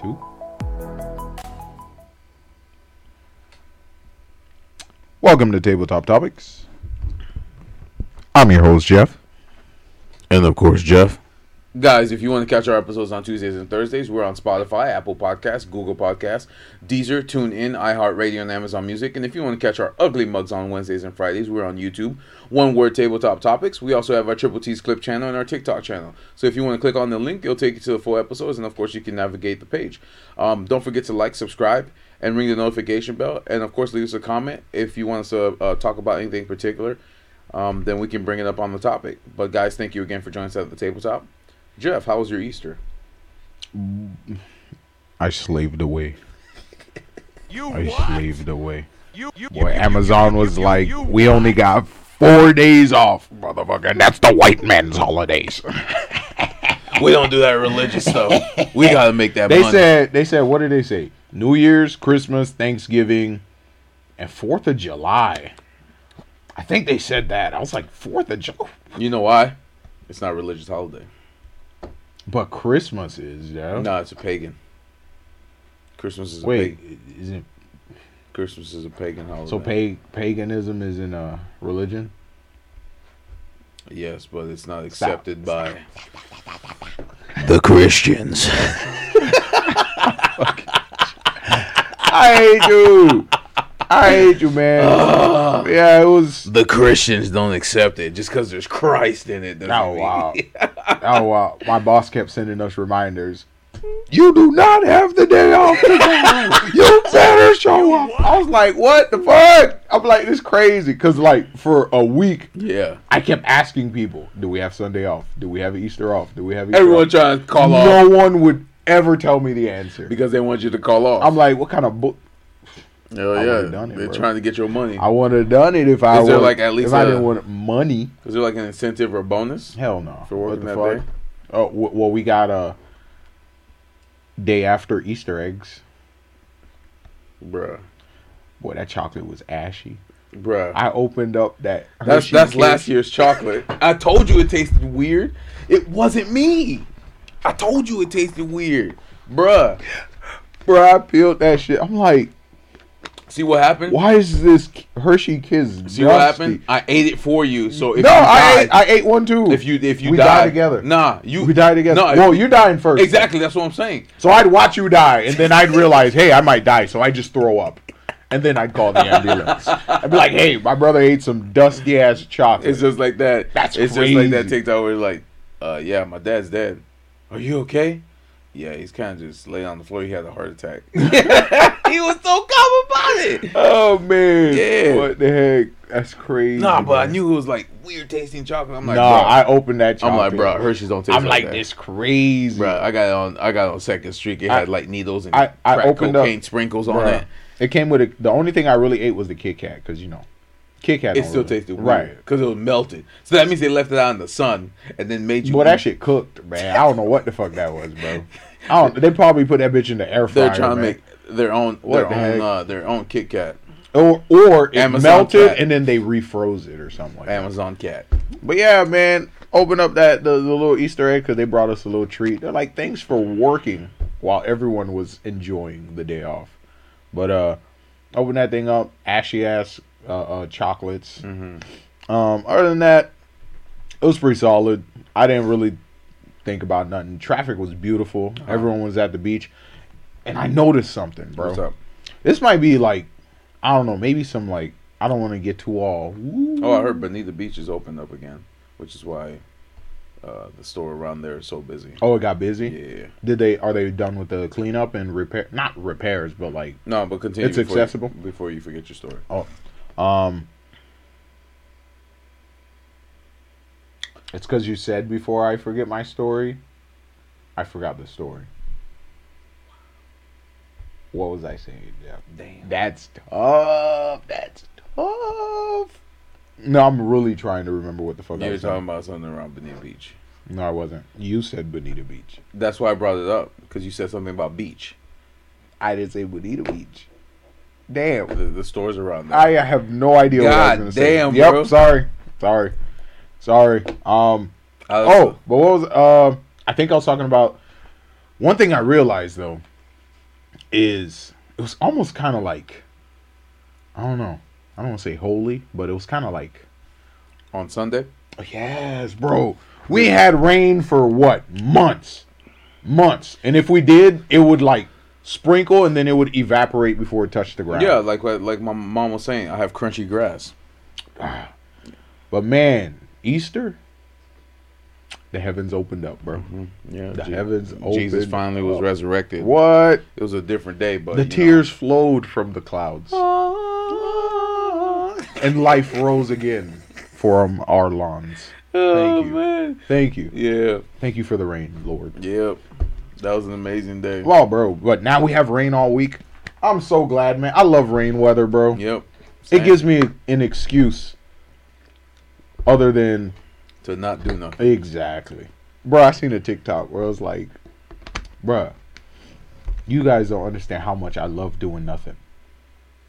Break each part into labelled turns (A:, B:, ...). A: Two. Welcome to Tabletop Topics. I'm your host, Jeff.
B: And of course, Jeff.
C: Guys, if you want to catch our episodes on Tuesdays and Thursdays, we're on Spotify, Apple Podcasts, Google Podcasts, Deezer, TuneIn, iHeartRadio, and Amazon Music. And if you want to catch our ugly mugs on Wednesdays and Fridays, we're on YouTube. One word tabletop topics. We also have our Triple T's clip channel and our TikTok channel. So if you want to click on the link, it'll take you to the full episodes, and of course, you can navigate the page. Um, don't forget to like, subscribe, and ring the notification bell. And of course, leave us a comment if you want us to uh, talk about anything in particular. Um, then we can bring it up on the topic. But guys, thank you again for joining us at the tabletop. Jeff, how was your Easter?
A: I slaved away.
D: You
A: I
D: what?
A: slaved away.
D: You, you,
A: Boy,
D: you-
A: Amazon
D: you-
A: was
D: you-
A: like,
D: you-
A: we only got four days off, motherfucker, and that's the white man's holidays.
C: We don't do that religious stuff. We gotta make that
A: They said, they said, what did they say? New Year's, Christmas, Thanksgiving, and Fourth of July. I think they said that. I was like, Fourth of July,
C: you know why? It's not a religious holiday.
A: but Christmas is, yo.
C: No, it's a pagan. Christmas is a
A: Wait,
C: pagan.
A: isn't
C: Christmas is a pagan holiday.
A: so? Pa- paganism isn't a religion.
C: yes, but it's not accepted by.
B: The Christians.
A: I hate you. I hate you, man. yeah, it was.
C: The Christians don't accept it just because there's Christ in it. doesn't
A: Oh
C: mean-
A: wow! oh wow! My boss kept sending us reminders. You do not have the day off tomorrow. you better show up. I was like, what the fuck? I'm like, this crazy. Cause like for a week,
C: Yeah,
A: I kept asking people, do we have Sunday off? Do we have Easter off? Do we have Easter
C: everyone
A: off?
C: trying to call off
A: No one would ever tell me the answer.
C: because they want you to call off.
A: I'm like, what kind of book?
C: Hell
A: I
C: yeah,
A: would've done it,
C: they're
A: bro.
C: trying to get your money.
A: I would have done it if I
C: Is there,
A: would-
C: like, at least
A: if I
C: a-
A: didn't want money.
C: Is there like an incentive or bonus?
A: Hell no.
C: For working
A: what the
C: that
A: fuck? Oh w- well, we got a day after Easter eggs.
C: Bruh,
A: Boy, that chocolate was ashy.
C: bruh.
A: I opened up that.
C: That's
A: Hershey
C: that's
A: kiss.
C: last year's chocolate. I told you it tasted weird. It wasn't me. I told you it tasted weird, bruh.
A: Bro, I peeled that shit. I'm like,
C: See what happened?
A: why is this K- Hershey Kiss?
C: See what happened? I ate it for you. So if
A: no,
C: you
A: I
C: died,
A: ate, I ate one too.
C: if you if you
A: we
C: died
A: die together,
C: nah, you
A: we die together.
C: No,
A: well, you're dying first.
C: exactly. That's what I'm saying.
A: So I'd watch you die, and then I'd realize, hey, I might die, so I just throw up. And then I'd call the ambulance. I'd be like, hey, my brother ate some dusty ass chocolate.
C: It's just like that.
A: That's
C: it's just like that
A: crazy.
C: TikTok where it's like, uh, yeah, my dad's dead. Are you okay? Yeah, he's kind of just laid on the floor. He had a heart attack. he was so calm about it.
A: oh man,
C: Yeah.
A: what the heck? That's crazy.
C: Nah, but I
A: man.
C: knew it was like weird tasting chocolate. I'm like,
A: nah,
C: bro.
A: I opened that
C: I'm
A: chocolate.
C: like, bro, Hershey's don't taste.
A: I'm like
C: that.
A: this crazy.
C: bro. I got it on, I got it on Second Street. It
A: I-
C: had like needles and
A: I- I
C: crack
A: opened up-
C: cocaine sprinkles on
A: Bruh.
C: it.
A: It came with a, the only thing I really ate was the Kit Kat because you know, Kit Kat.
C: It
A: don't
C: still
A: really-
C: tasted weird,
A: right.
C: Because it was melted. So that means they left it out in the sun and then made you.
A: Boy, that
C: eat-
A: shit cooked, man. I don't know what the fuck that was, bro. I don't. They probably put that bitch in the air fryer.
C: They're
A: man.
C: trying to make their own,
A: What the
C: their
A: heck?
C: own, uh, their own Kit Kat,
A: or or it
C: Amazon
A: melted
C: cat.
A: and then they refroze it or something like that.
C: Amazon Cat.
A: But yeah, man, open up that the, the little Easter egg because they brought us a little treat. They're like, thanks for working while everyone was enjoying the day off. But uh, open that thing up, ashy ass uh, uh, chocolates.
C: Mm-hmm.
A: Um, other than that, it was pretty solid. I didn't really think about nothing. Traffic was beautiful.
C: Uh-huh.
A: Everyone was at the beach, and I noticed something, bro.
C: What's up?
A: This might be like, I don't know, maybe some like I don't want to get too all.
C: Oh, I heard Bonita Beach is opened up again, which is why uh, the store around there is so busy.
A: Oh, it got busy.
C: Yeah.
A: Did they are they done with the cleanup and repair? Not repairs, but like
C: No, but continue.
A: It's
C: before you-
A: accessible?
C: before you forget your story.
A: oh, um, it's because you said before I forget my story. I forgot the story. What was I saying? Yeah.
C: Damn.
A: That's tough. That's tough. No, I'm really trying to remember what the fuck I
C: You were
A: was
C: talking
A: talking.
C: about something around Bonita Beach.
A: No, I wasn't. You said Bonita Beach.
C: That's why I brought it up because you said something about beach.
A: I didn't say Bonita Beach. Damn.
C: The, the stores around there.
A: I have no idea what I was
C: God
A: gonna say.
C: damn,
A: yep,
C: bro.
A: sorry. Sorry. Sorry. Um
C: I was-
A: uh, oh, but what was uh I think I was talking about one thing I realized though is it was almost kind of like I don't know. I don't want to say holy, but it was kind of like
C: on Sunday.
A: Oh, yes, bro. We had rain for what months, months, and if we did, it would like sprinkle and then it would evaporate before it touched the ground.
C: Yeah, like what- like my mom was saying, I have crunchy grass.
A: But man, Easter, the heavens opened up, bro.
C: Mm-hmm. Yeah,
A: The heavens opened.
C: Jesus finally was
A: up.
C: resurrected.
A: What?
C: It was a different day, but
A: The
C: you know. Oh.
A: tears flowed from the clouds, and life rose again from our lawns.
C: Oh,
A: Thank you.
C: man.
A: Thank you,
C: Yeah,
A: thank you for the rain, Lord.
C: yep. That was an amazing day.
A: Well, bro, but now we have rain all week. I'm so glad, man. I love rain weather, bro.
C: Yep.
A: It gives me an excuse other than
C: to not do nothing.
A: exactly. Bro, I seen a TikTok where I was like, bruh, you guys don't understand how much I love doing nothing.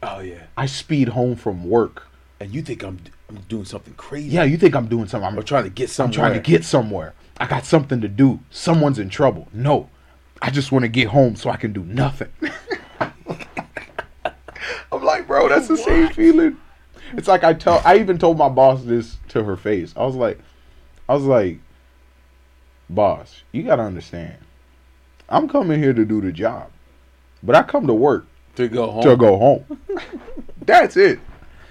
C: Oh yeah.
A: I speed home from work.
C: And you think I'm I'm doing something crazy?
A: Yeah, you think I'm doing something. I'm,
C: Or trying to get
A: I'm
C: something.
A: trying to get somewhere. I got something to do. Someone's in trouble. No, I just want to get home so I can do nothing. I'm like, bro, that's the same feeling. It's like I tell. I even told my boss this to her face. I was like, I was like, boss, you gotta understand. I'm coming here to do the job, but I come to work
C: to go home.
A: to go home. that's it.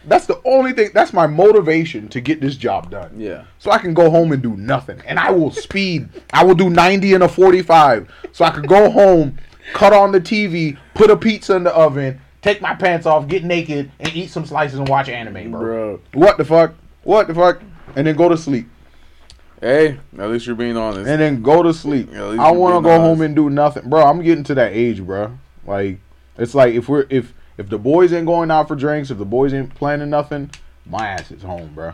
A: That's the only thing. That's my motivation to get this job done
C: Yeah.
A: so I can go home and do nothing. And I will speed. I will do 90 and a 45. So I could go home, cut on the TV, put a pizza in the oven, take my pants off, get naked, and eat some slices and watch anime, bro.
C: Bro.
A: What the fuck? What the fuck? And then go to sleep.
C: Hey, at least you're being honest.
A: And then go to sleep.
C: Yeah, at least
A: I
C: you're
A: want to
C: being
A: go
C: honest.
A: home and do nothing, bro. I'm getting to that age, bro. Like it's like if we're if if the boys ain't going out for drinks, if the boys ain't planning nothing, my ass is home, bro.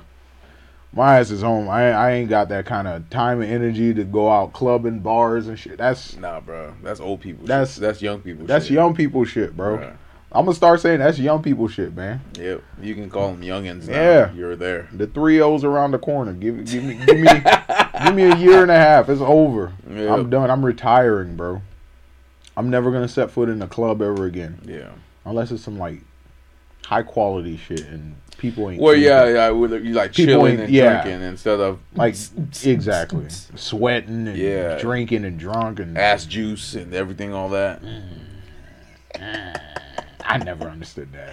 A: My ass is home. I I ain't got that kind of time and energy to go out clubbing, bars and shit. That's
C: nah, bro. That's old people.
A: That's-
C: shit. that's young people.
A: that's
C: shit.
A: young people shit, bro.
C: Bruh.
A: I'm gonna start saying that's young people shit, man.
C: Yep. You can call them youngins. Now.
A: Yeah.
C: You're there.
A: The three O's around the corner. Give give me give me give me a year and a half. It's over.
C: Yeah.
A: I'm done. I'm retiring, bro. I'm never gonna set foot in a club ever again,
C: Yeah.
A: unless it's some like high quality shit and people ain't.
C: Well,
A: drinking.
C: yeah, yeah. we're- You like
A: People
C: chilling
A: ain't-
C: and
A: yeah.
C: drinking instead of
A: Like exactly, sweating and
C: Yeah.
A: drinking and drunk and
C: ass juice and everything, all that.
A: I never understood that.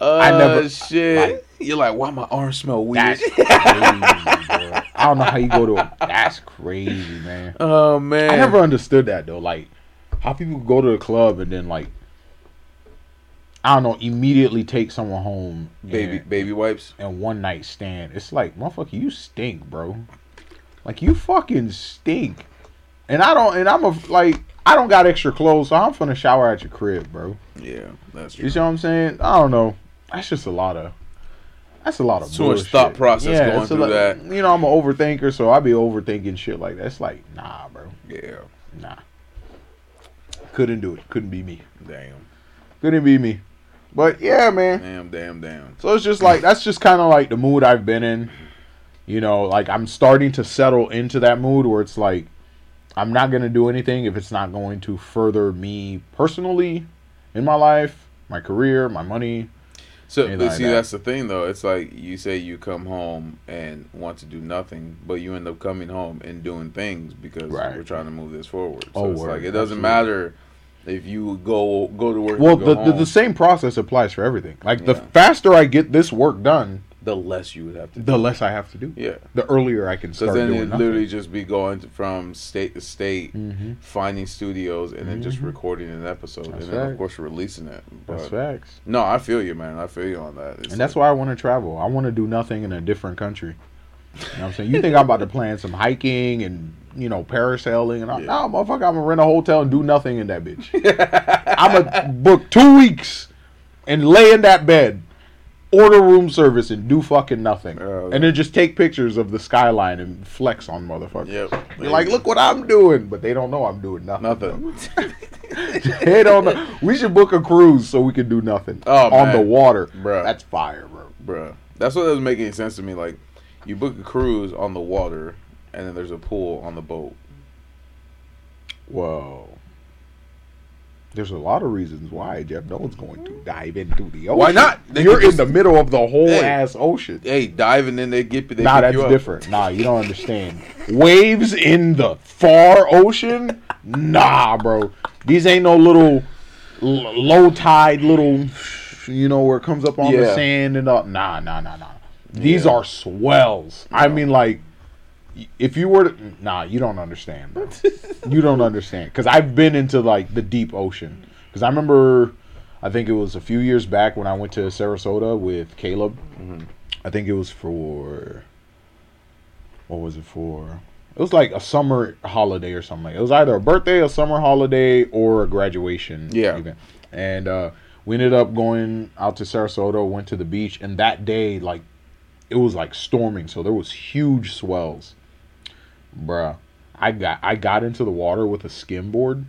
C: Uh,
A: never-
C: Shit.
A: like-
C: You're like, why my arm smell weird?
A: That's crazy, bro. I don't know how you go to. A, that's crazy, man.
C: Oh man.
A: I never understood that though. Like how people go to the club and then like I don't know, immediately take someone home
C: baby
A: and,
C: baby wipes.
A: and one night stand. It's like, motherfucker, you stink, bro. Like you fucking stink. And I don't and I'm a like I don't got extra clothes, so I'm finna shower at your crib, bro.
C: Yeah, that's true.
A: You see what I'm saying? I don't know. That's just a lot of that's a lot of
C: Too much
A: bullshit.
C: thought process going
A: it's a
C: through
A: lot-
C: that.
A: You know, I'm an overthinker, so I be overthinking shit like that. It's like, nah, bro.
C: Yeah.
A: Nah. Couldn't do it. Couldn't be me.
C: Damn.
A: Couldn't be me. But yeah, man.
C: Damn. Damn. Damn.
A: So it's just like that's just kind of like the mood I've been in. You know, like I'm starting to settle into that mood where it's like I'm not going to do anything if it's not going to further me personally in my life, my career, my money.
C: So
A: Ain't
C: but
A: like
C: see,
A: that.
C: that's the thing though. It's like you say you come home and want to do nothing, but you end up coming home and doing things because
A: Right.
C: we're trying to move this forward. So
A: Oh,
C: it's
A: word.
C: like it doesn't
A: Absolutely.
C: matter if you go go to work.
A: Well,
C: and go
A: the, the
C: home,
A: the same process applies for everything. Like the
C: Yeah.
A: faster I get this work done,
C: the less you would have to.
A: the less I have to do.
C: Yeah.
A: The earlier I can
C: So
A: start
C: then
A: doing
C: it'd
A: nothing. Mm-hmm.
C: literally just be going to- from state to state, finding studios, and then just recording an episode,
A: That's
C: and then
A: right.
C: of course releasing it. But,
A: That's facts.
C: No, I feel you, man. I feel you on that. It's
A: And that's why I want to travel. I want to do nothing in a different country. You know what I'm saying? You think I'm about to plan some hiking and, you know, parasailing and all.
C: Yeah.
A: Nah, motherfucker, I'm going to rent a hotel and do nothing in that bitch. I'm going to book two weeks and lay in that bed, order room service and do fucking nothing.
C: Oh,
A: and then just take pictures of the skyline and flex on motherfuckers.
C: Yep.
A: You're like, look what I'm doing. But they don't know I'm doing nothing.
C: nothing.
A: they don't know. We should book a cruise so we can do nothing
C: Oh,
A: on
C: man.
A: the water.
C: Bruh.
A: That's fire, bro.
C: Bruh. That's what doesn't make any sense to me. Like, you book a cruise on the water, and then there's a pool on the boat.
A: Whoa. There's a lot of reasons why, Jeff. No one's going to dive into the ocean.
C: Why not? They
A: You're
C: could
A: in the middle of the whole
C: Hey.
A: ass ocean.
C: Hey, dive and then they get they
A: nah,
C: pick
A: that's
C: you up.
A: different. Nah, you don't understand. Waves in the far ocean? Nah, bro. These ain't no little l- low tide little, you know, where it comes up on
C: Yeah.
A: the sand and all. Nah, nah, nah, nah. These are swells. I mean, like, y- if you were to, nah, you don't understand, bro. you don't understand because I've been into like the deep ocean. Because I remember, I think it was a few years back when I went to Sarasota with Caleb. I think it was for what was it for? It was like a summer holiday or something. It was either a birthday, a summer holiday, or a graduation
C: Yeah.
A: event. And uh, we ended up going out to Sarasota, went to the beach, and that day, like, it was like storming, so there was huge swells, bruh. I got I got into the water with a skimboard,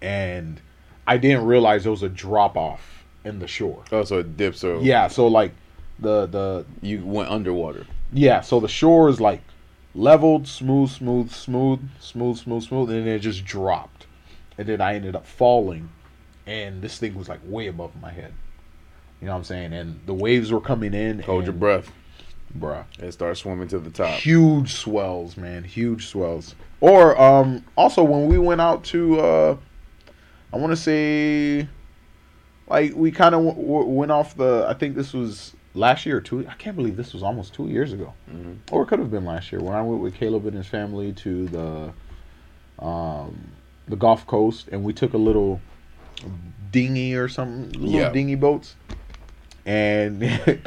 A: and I didn't realize there was a drop off in the shore.
C: Oh, so it dips. So
A: Yeah, so like the the
C: you went underwater.
A: yeah, so the shore is like leveled, smooth, smooth, smooth, smooth, smooth, smooth, and then it just dropped. And then I ended up falling, and this thing was like way above my head. You know what I'm saying? And the waves were coming in.
C: Hold
A: and,
C: your breath
A: bruh.
C: and start swimming to the top.
A: Huge swells, man. Huge swells. Or um, also when we went out to, uh, I want to say, like we kind of w- w- went off the. I think this was last year or two. I can't believe this was almost two years ago, or it could have been last year when I went with Caleb and his family to the, um, the Gulf Coast, and we took a little dinghy or something, little
C: Yeah.
A: dinghy boats, and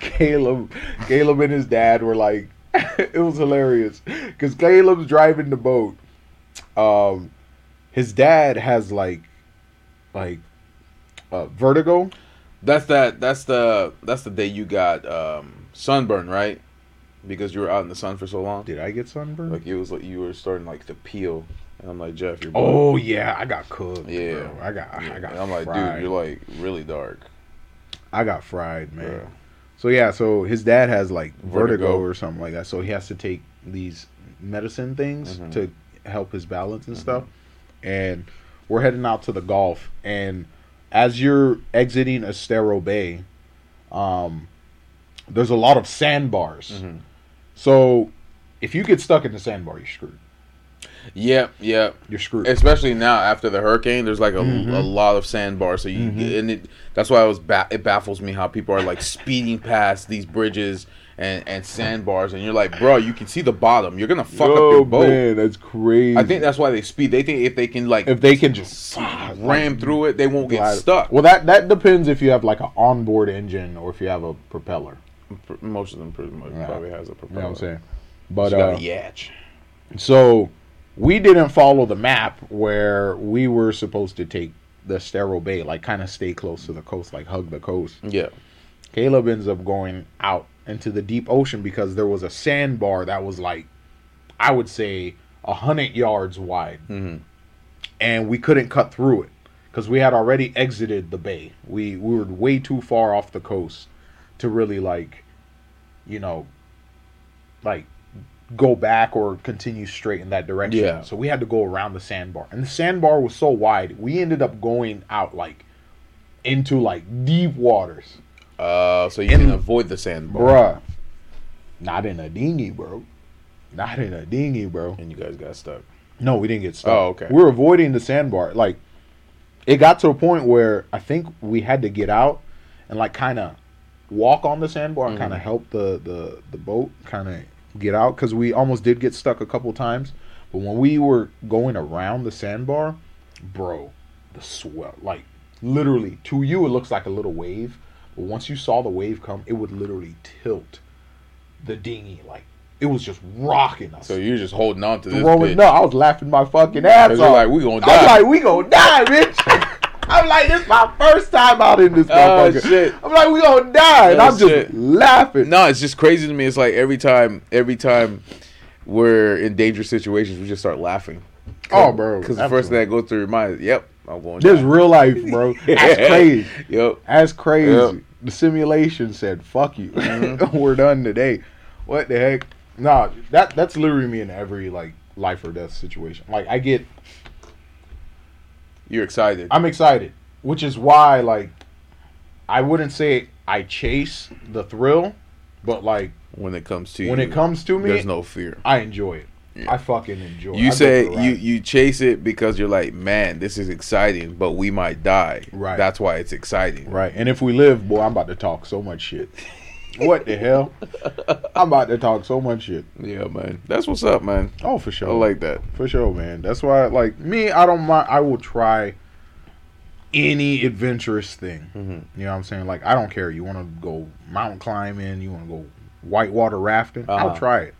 A: Caleb, Caleb and his dad were like, it was hilarious because Caleb's driving the boat. Um, his dad has like, like, uh, vertigo.
C: That's that. That's the. That's the day you got um, sunburn, right? Because you were out in the sun for so long.
A: Did I get sunburned?
C: Like it was like you were starting like to peel, and I'm like Jeff, you're.
A: oh yeah, I got cooked.
C: Yeah.
A: bro. I got,
C: Yeah.
A: I got.
C: And I'm like, dude, you're like really dark.
A: I got fried, man.
C: Bro.
A: So yeah, so his dad has like vertigo,
C: Vertigo.
A: or something like that. So he has to take these medicine things
C: Mhm.
A: to help his balance
C: Mm-hmm.
A: and stuff. And we're heading out to the Gulf, and as you're exiting Estero Bay, um, there's a lot of sandbars.
C: Mhm.
A: So if you get stuck in the sandbar, you're screwed.
C: Yep, yep.
A: You're screwed.
C: Especially now after the hurricane, there's like a,
A: Mm-hmm.
C: a lot of sandbars. So you and it, that's why I was ba- it baffles me how people are like speeding past these bridges and, and sandbars, and you're like, bro, you can see the bottom. You're gonna fuck up your boat.
A: that's crazy.
C: I think that's why they speed. They think if they can like
A: if they can just
C: ram through it, they won't get
A: glide-
C: stuck.
A: Well, that that depends if you have like an onboard engine or if you have a propeller.
C: Pr- Most of them pretty much
A: Yeah.
C: probably has a
A: You know
C: propeller.
A: what I'm saying? But
C: Just got
A: uh,
C: a yatch.
A: so we didn't follow the map where we were supposed to take the sterile bay, like kind of stay close to the coast, like hug the coast.
C: Yeah.
A: Caleb ends up going out into the deep ocean because there was a sandbar that was like, I would say, a hundred yards wide,
C: Mhm.
A: and we couldn't cut through it because we had already exited the bay. We we were way too far off the coast to really like, you know, like go back or continue straight in that direction.
C: Yeah.
A: So we had to go around the sandbar, and the sandbar was so wide, we ended up going out like into like deep waters.
C: Uh, so you
A: And-
C: can avoid the sandbar,
A: Bruh. Not in a dinghy, bro. Not in a dinghy, bro.
C: and you guys got stuck.
A: No, we didn't get stuck.
C: Oh, okay.
A: We were avoiding the sandbar. Like, it got to a point where I think we had to get out and, like, kind of walk on the sandbar
C: Mm-hmm.
A: and kind of help the, the, the boat kind of get out because we almost did get stuck a couple times. But when we were going around the sandbar, bro, the swell, like, literally, to you, it looks like a little wave. But once you saw the wave come, it would literally tilt the dinghy. Like, it was just rocking us.
C: So you're just holding on to this.
A: Rolling-
C: bitch.
A: No, I was laughing my fucking ass
C: Cause you're
A: off.
C: like, we gonna
A: I'm
C: die.
A: like, we gonna die, bitch. I'm like, this my first time out in this motherfucker.
C: Oh, shit.
A: I'm like, we gonna die, and
C: Oh,
A: I'm just
C: shit.
A: laughing.
C: No, it's just crazy to me. It's like every time, every time we're in dangerous situations, we just start laughing.
A: Oh, bro,
C: because the first
A: absolutely.
C: thing that goes through your mind, is, yep, I'm going.
A: This
C: down.
A: real life, bro. That's crazy.
C: Yep.
A: That's crazy.
C: Yep. Mm-hmm.
A: The simulation said, "Fuck you, we're done today." What the heck? Nah, that that's literally me in every like life or death situation. Like I get
C: You're excited.
A: I'm excited, which is why like I wouldn't say I chase the thrill, but like
C: when it comes to
A: when
C: you,
A: it comes to me,
C: there's no fear.
A: I enjoy it. I fucking enjoy. it. I
C: You
A: go
C: say
A: for a
C: you
A: ride.
C: you chase it because you're like, man, this is exciting, but we might die.
A: Right.
C: That's why it's exciting.
A: right, and if we live, boy, I'm about to talk so much shit. what the hell? I'm about to talk so much shit.
C: Yeah, man. That's what's up, man.
A: Oh, for sure.
C: I like that.
A: For sure, man. That's why, like me, I don't mind. I will try any adventurous thing. You know what I'm saying? Like I don't care. You want to go mountain climbing? You want to go whitewater rafting? I'll
C: Uh-huh.
A: try it,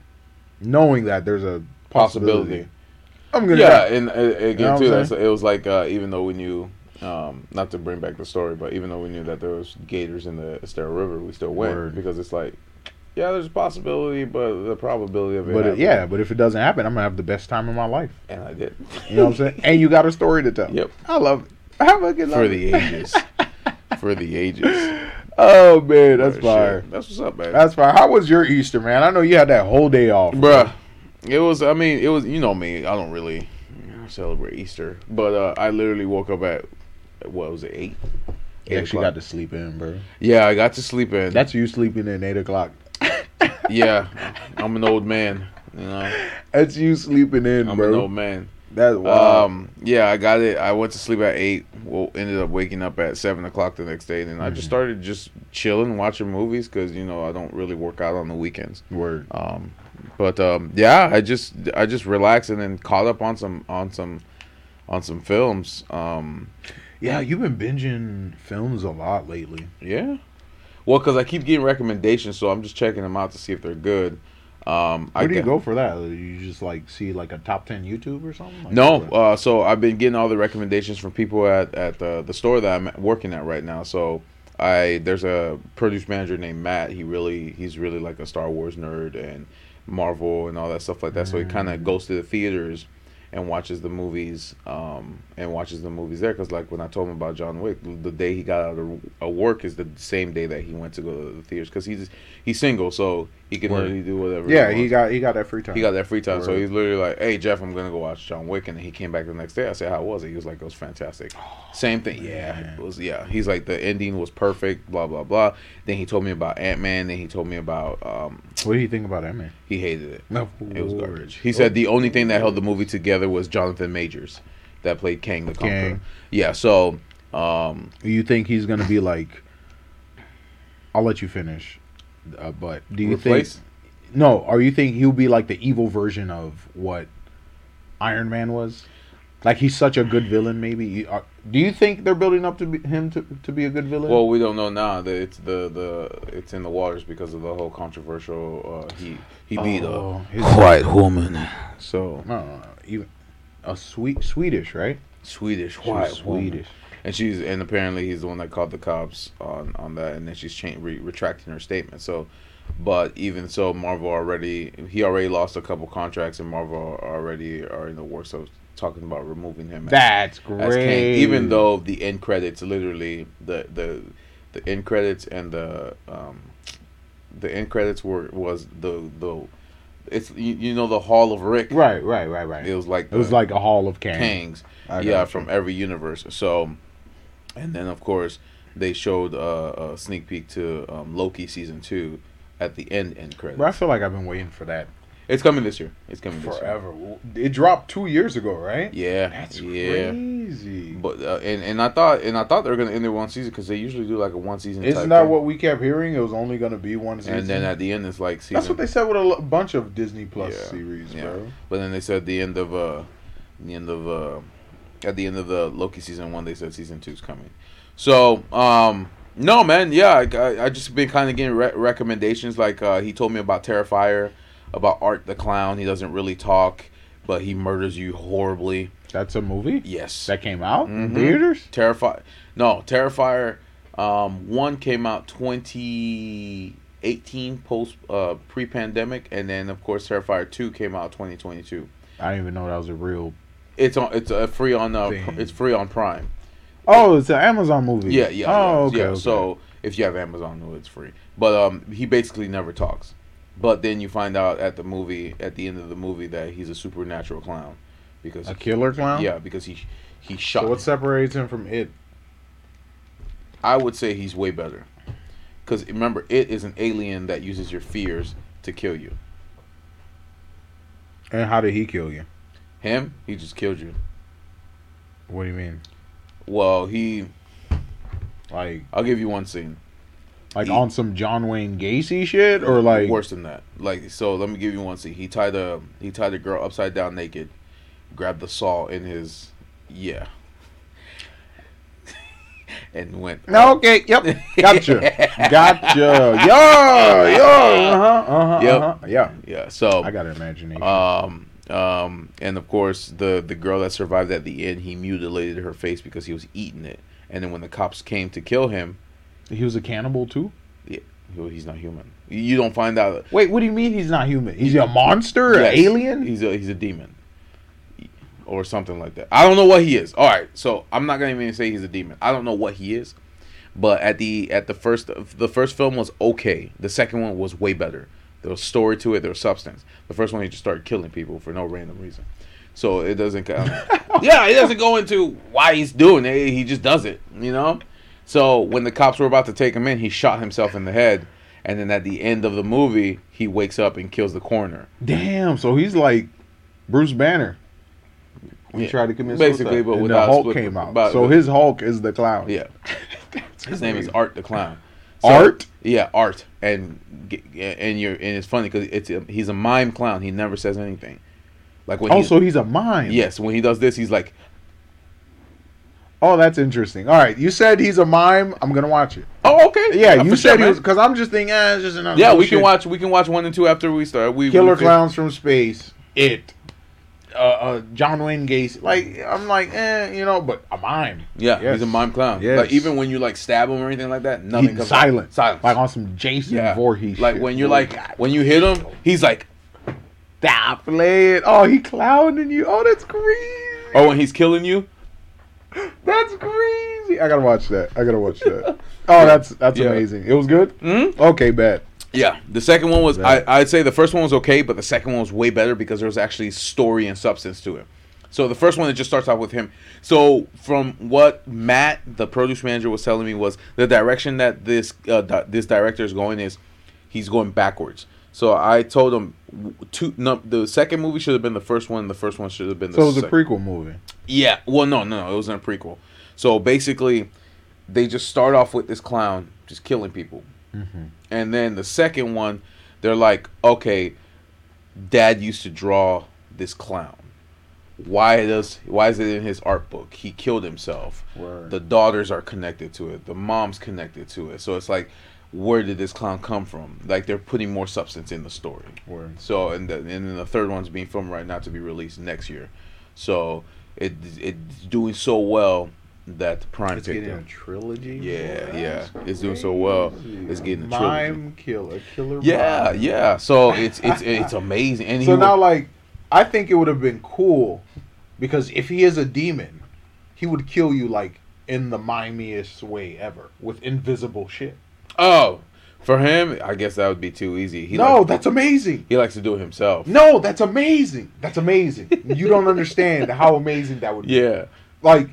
A: knowing that there's a possibility.
C: Possibility.
A: I'm gonna.
C: Yeah,
A: Yeah.
C: and uh, again
A: know what
C: too,
A: I'm
C: that's, it was like uh, even though we knew, um, not to bring back the story, but even though we knew that there was gators in the Estero River, we still went
A: Word.
C: because it's like, yeah, there's a possibility, but the probability of it.
A: But it,
C: happening-
A: yeah, but if it doesn't happen, I'm gonna have the best time of my life.
C: and I did
A: You know what I'm saying? And you got a story to tell.
C: Yep.
A: I love it. I fucking love
C: for
A: it.
C: the ages, for the ages.
A: Oh man, that's
C: Shit.
A: fire.
C: That's what's up, man.
A: That's fire. How was your Easter, man? I know you had that whole day off,
C: Bruh, it was. I mean, it was. You know me. I don't really celebrate Easter, but uh, I literally woke up at what was it eight?
A: You
C: Eight
A: actually
C: o'clock.
A: got to sleep in, bro.
C: Yeah, I got to sleep in.
A: That's you sleeping in eight o'clock.
C: yeah. I'm an old man. You know,
A: That's you sleeping in,
C: I'm an
A: bro.
C: old man.
A: That's wild.
C: Um, yeah, I got it. I went to sleep at eight. Well, ended up waking up at seven o'clock the next day, and then I
A: Mm.
C: just started just chilling, watching movies because you know I don't really work out on the weekends.
A: Word.
C: um but um yeah i just i just relaxed and then caught up on some on some on some films um
A: Yeah, you've been binging films a lot lately.
C: yeah well because i keep getting recommendations so i'm just checking them out to see if they're good um
A: Where
C: i
A: do you
C: got-
A: go for that? You just like see like a top ten YouTube or something? Like,
C: no
A: what?
C: uh so i've been getting all the recommendations from people at at the, the store that i'm working at right now so i there's a produce manager named matt he really he's really like a star wars nerd and marvel and all that stuff like that
A: Mm.
C: so he kind of goes to the theaters and watches the movies um, and watches the movies there because like when i told him about john wick the day he got out of of work is the same day that he went to go to the theaters because he's he's single so he can
A: Word.
C: literally do whatever
A: yeah,
C: wants.
A: he got he got that free time.
C: He got that free time, so
A: Word.
C: he's literally like, "Hey Jeff, I'm gonna go watch John Wick," and then he came back the next day. I said, "How was it?" He was like, "It was fantastic." Same thing, yeah,
A: man.
C: it was yeah. He's like, the ending was perfect, blah blah blah. Then he told me about Ant Man. Then he told me about um,
A: What do you think about that man?
C: he hated it.
A: No,
C: It was garbage. He said the only thing that held the movie together was Jonathan Majors, that played Kang the Conqueror.
A: Kang.
C: Yeah, so um,
A: Oh, you think he's gonna be like? I'll let you finish, uh, but do you
C: replace.
A: think? No, are you think he'll be like the evil version of what Iron Man was? Like he's such a good villain. Maybe You- are- do you think they're building up to be, him to, to be a good villain?
C: Well, we don't know now. that it's the the it's in the waters because of the whole controversial. Uh, he he beat up.
A: oh, his,
B: Quiet woman.
C: So
A: no, no, no, even a sweet Swedish, right?
C: Swedish,
A: She
C: why
A: was
C: Swedish? And she's and apparently he's the one that called the cops on on that, and then she's cha- re- retracting her statement. So, but even so, Marvel already he already lost a couple contracts, and Marvel already are in the works of talking about removing him. as-
A: That's
C: as Kang,
A: great.
C: even though the end credits literally the the the end credits and the um the end credits were was the the it's you, you know the Hall of Rick
A: right, right, right, right.
C: it was like
A: It was
C: the-
A: like a Hall of Kang.
C: Kangs.
A: I
C: Yeah,
A: gotcha.
C: from every universe. So, and then of course they showed uh, a sneak peek to um, Loki season two at the end end credits.
A: Bro, I feel like I've been waiting for that
C: It's coming this year. It's coming this year.
A: forever. It dropped two years ago, right?
C: Yeah,
A: That's
C: yeah.
A: crazy.
C: But uh, and and I thought and I thought they were gonna end their one season because they usually do like a one season.
A: Isn't
C: type
A: that
C: thing.
A: what we kept hearing? It was only going to be one season.
C: And then at the end it's like season.
A: that's what they said with a lo- bunch of Disney Plus
C: Yeah,
A: series,
C: yeah.
A: bro.
C: But then they said the end of uh, the end of uh, at the end of the Loki season one, they said season two's coming. So um, no man, yeah, I, I, I just been kind of getting re- recommendations. Like uh, he told me about Terrifier, about Art the clown. He doesn't really talk, but he murders you horribly.
A: That's a movie
C: Yes,
A: that came out in
C: Mhm.
A: theaters.
C: Terrifier. No, Terrifier. Um, one came out 2018 post uh, pre-pandemic, and then of course Terrifier two came out 2022.
A: I didn't even know that was a real.
C: It's on. It's uh, free on. Uh,
A: Thing.
C: pr- it's free on Prime.
A: Oh, it's an Amazon movie.
C: Yeah, yeah.
A: Oh,
C: yeah,
A: okay.
C: yeah.
A: okay.
C: So if you have Amazon, no, it's free. But um, he basically never talks. But then you find out at the movie, at the end of the movie, that he's a supernatural clown, because
A: a killer clown.
C: yeah, because he He shot.
A: So what separates him from it?
C: I would say he's way better. Because remember, it is an alien that uses your fears to kill you.
A: And how did he kill you?
C: Him, he just killed you.
A: What do you mean?
C: Well, he.
A: Like
C: I'll give you one scene.
A: like
C: He-
A: on some John Wayne Gacy shit or like
C: worse than that. Like so, let me give you one scene. He tied a he tied a girl upside down naked, grabbed the saw in his yeah, and went.
A: No, okay, yep. Gotcha. gotcha. Yeah, yeah. Uh-huh. Uh-huh.
C: Yep.
A: uh-huh. Yeah.
C: Yeah. So
A: I got an imagination.
C: Um, um, and of course, the the girl that survived at the end, he mutilated her face because he was eating it. And then when the cops came to kill him,
A: he was a cannibal too?
C: he- he's not human. You- You don't find out.
A: Wait, what do you mean he's not human? He's a monster?
C: Yes,
A: An alien?
C: He's a he's a demon, or something like that. I don't know what he is. All right, so I'm not gonna even say he's a demon. I don't know what he is. But at the at the first the first film was okay. The second one was way better. There was story to it. There was substance. The first one he just started killing people for no random reason. So it doesn't count. yeah, it doesn't go into why he's doing it. He just does it, you know. So when the cops were about to take him in, he shot himself in the head, and then at the end of the movie, he wakes up and kills the coroner.
A: Damn, so he's like Bruce Banner. He
C: Yeah,
A: tried to commit
C: basically,
A: suicide.
C: but
A: and the
C: without
A: Hulk
C: split-
A: came out.
C: but-
A: so his Hulk is the clown.
C: Yeah, his name is Art the Clown. So-
A: Art?
C: Yeah, art and g- and you're and it's funny because it's he's a mime clown. He never says anything. Like when
A: Oh,
C: he's-
A: so he's a mime.
C: yes, when he does this, he's like,
A: Oh, that's interesting. All right, you said he's a mime. I'm gonna watch it.
C: oh okay,
A: Yeah, you
C: for
A: said
C: sure,
A: he
C: man."
A: was because I'm just thinking, ah, it's just another.
C: Yeah, we
A: bullshit.
C: can watch we can watch one and two after we start. We
A: Killer
C: we can-
A: Clowns from Space. It. Uh, uh, John Wayne Gacy. Like I'm like, eh, you know, but a mime.
C: Yeah,
A: Yes.
C: he's a mime clown.
A: Yes.
C: Like even when you like stab him or anything like that, nothing
A: He's
C: comes out.
A: silent.
C: Silence.
A: Like on some Jason
C: yeah.
A: Voorhees.
C: like
A: shit.
C: when you're like when you hit him, he's like
A: stop playing. Oh, he clowning you. Oh, that's crazy.
C: oh when he's killing you.
A: That's crazy. I gotta watch that. I gotta watch that. Oh, that's that's
C: Yeah.
A: amazing. It was good.
C: hmm
A: Okay, bet.
C: Yeah. The second one was
A: Right.
C: I I'd say the first one was okay, but the second one was way better because there was actually story and substance to it. So the first one it just starts off with him. So from what Matt, the produce manager, was telling me was the direction that this uh, di- this director is going is he's going backwards. So I told him w- two. No, the second movie should have been the first one. The first one should have been the
A: So it was a
C: sec-
A: prequel movie.
C: yeah. Well, no, no, no. It wasn't a prequel. So basically, they just start off with this clown just killing people. And then the second one, they're like, okay, dad used to draw this clown. Why does why is it in his art book? He killed himself.
A: Word.
C: The daughters are connected to it. The mom's connected to it. So it's like, where did this clown come from? Like they're putting more substance in the story.
A: Words.
C: So and the, and then the third one's being filmed right now to be released next year. So it it's doing so well that Prime picked it. up.
A: trilogy.
C: Yeah, yeah, it's doing so well. It's getting a trilogy.
A: Mime killer, killer.
C: Yeah,
A: mime.
C: yeah. So it's it's it's amazing. And he
A: So now,
C: would-
A: like, I think it would have been cool because if he is a demon, he would kill you like in the mimiest way ever with invisible shit.
C: oh, for him, I guess that would be too easy. He
A: no,
C: likes,
A: that's amazing.
C: he likes to do it himself.
A: No, that's amazing. That's amazing. you don't understand how amazing that would be.
C: Yeah,
A: Like,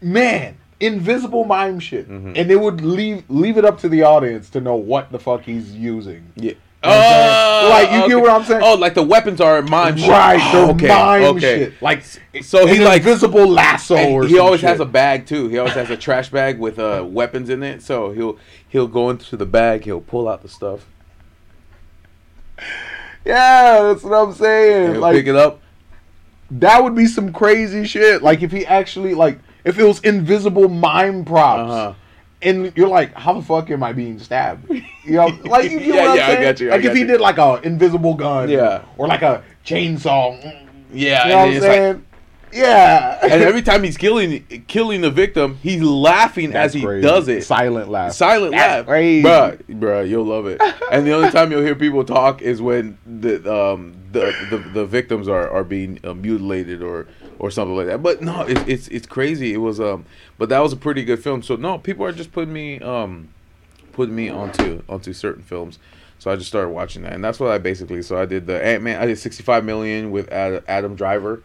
A: man, invisible mime shit,
C: Mhm.
A: and it would leave leave it up to the audience to know what the fuck he's using.
C: yeah.
A: You know what I'm
C: Oh,
A: saying? like you get
C: okay.
A: what I'm saying?
C: Oh, like the weapons are mime shit.
A: right,
C: Oh,
A: the mime shit. Like
C: So
A: an
C: he like
A: invisible lasso
C: And
A: or
C: he
A: some
C: always
A: shit.
C: has a bag too. He always has a trash bag with uh, weapons in it. So he'll he'll go into the bag. He'll pull out the stuff.
A: Yeah, that's what I'm saying.
C: He'll
A: Like
C: pick it up.
A: that would be some crazy shit. Like if he actually like if it was invisible mime props.
C: Uh-huh.
A: And you're like, how the fuck am I being stabbed? You know, like you get
C: Yeah,
A: what I'm
C: yeah, I
A: saying?
C: got you, I
A: Like if
C: got
A: he
C: you.
A: did like a invisible gun,
C: Yeah.
A: or like a chainsaw. mm,
C: Yeah,
A: You know what
C: and,
A: I'm
C: it's like-
A: saying? yeah.
C: and every time he's killing killing the victim, he's laughing as he
A: Crazy.
C: does it.
A: silent laugh.
C: Silent
A: That's
C: laugh,
A: crazy.
C: bruh, bruh, you'll love it. And the only time you'll hear people talk is when the um the the, the victims are are being uh, mutilated or or something like that. But no, it's it's it's crazy. It was um, but that was a pretty good film. So no, people are just putting me um, putting me onto onto certain films. So I just started watching that, and that's what I basically. So I did the Ant Man. I did sixty five million with Ad- Adam Driver.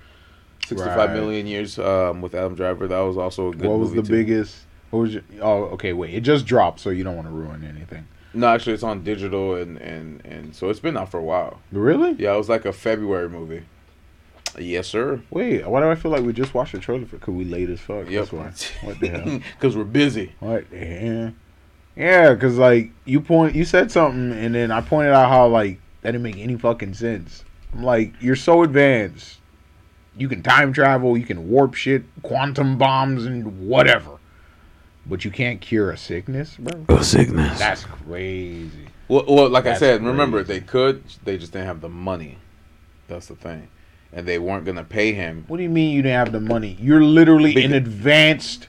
C: Sixty-five
A: Right.
C: million years um, with Adam Driver. That was also a good.
A: what was
C: movie
A: the
C: too.
A: biggest? What was your, oh okay wait it just dropped so you don't want to ruin anything.
C: No, actually, it's on digital and and and so it's been out for a while.
A: Really?
C: Yeah, it was like a February movie. Yes, sir.
A: Wait, why do I feel like we just watched the trailer for? Cause we late as fuck.
C: Yep.
A: That's why. What the hell?
C: Because we're busy.
A: What the hell? Yeah, cause like you point, you said something, and then I pointed out how like that didn't make any fucking sense. I'm like, you're so advanced, you can time travel, you can warp shit, quantum bombs, and whatever, but you can't cure a sickness, bro.
B: A sickness.
A: That's crazy.
C: Well, well like I
A: That's
C: said, remember
A: crazy.
C: they could, they just didn't have the money. That's the thing, and they weren't gonna pay him.
A: What do you mean you didn't have the money? You're literally
C: Big-
A: an advanced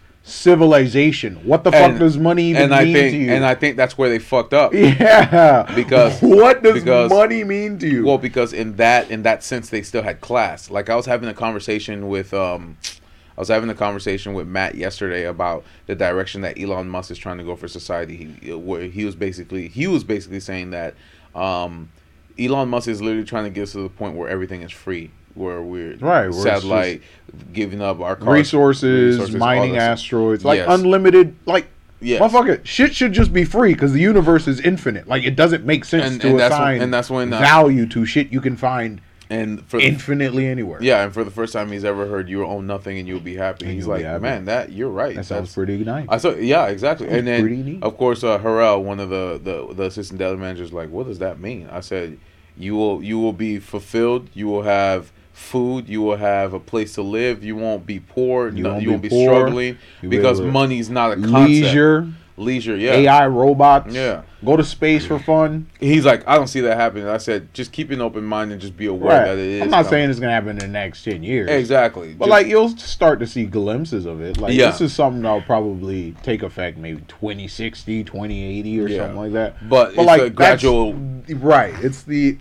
A: civilization. What the
C: And-
A: fuck does money even
C: And
A: mean
C: I
A: to
C: think,
A: you?
C: and I think that's where they fucked up.
A: yeah,
C: Because-
A: what does
C: because-
A: money mean to you?
C: Well, because in that in that sense, they still had class. Like I was having a conversation with um, I was having a conversation with Matt yesterday about the direction that Elon Musk is trying to go for society. He uh, where he was basically he was basically saying that um, Elon Musk is literally trying to get us to the point where everything is free, where we're
A: Right, where it's
C: satellite giving up our cars,
A: resources,
C: resources, all
A: mining
C: this.
A: asteroids, like
C: Yes.
A: unlimited, like
C: Yes.
A: motherfucker, shit should just be free because the universe is infinite. Like it doesn't make sense
C: And-
A: to
C: and that's when-
A: assign
C: and that's when, uh,
A: value to shit you can find
C: and for the
A: infinitely anywhere.
C: yeah, and for the first time he's ever heard, "You own nothing and you'll be happy."
A: And
C: He's
A: you'll
C: like,
A: be happy.
C: "Man, that you're right."
A: that sounds
C: That's-
A: pretty nice.
C: I saw, yeah, exactly.
A: That's
C: And then,
A: pretty neat.
C: of course, uh, Harrell, one of the, the the assistant data managers, like, what does that mean? I said, you will you will be fulfilled. You will have food. You will have a place to live. You won't be poor. You,
A: You
C: no,
A: won't
C: you
A: be
C: won't be
A: poor.
C: struggling
A: You'll be
C: because
A: able to-
C: money's not a concept.
A: Leisure,
C: leisure, yeah.
A: AI robots,
C: Yeah.
A: go to space for fun.
C: He's like, I don't see that happening. I said, just keep an open mind and just be aware
A: Right.
C: that it is.
A: I'm not
C: coming."
A: saying it's gonna happen in the next ten years.
C: exactly,
A: But
C: Just-
A: like you'll start to see glimpses of it. Like
C: Yeah.
A: this is something that'll probably take effect maybe 2060, 2080 or
C: Yeah.
A: something like that.
C: but, it's a
A: that's-
C: gradual.
A: right. It's the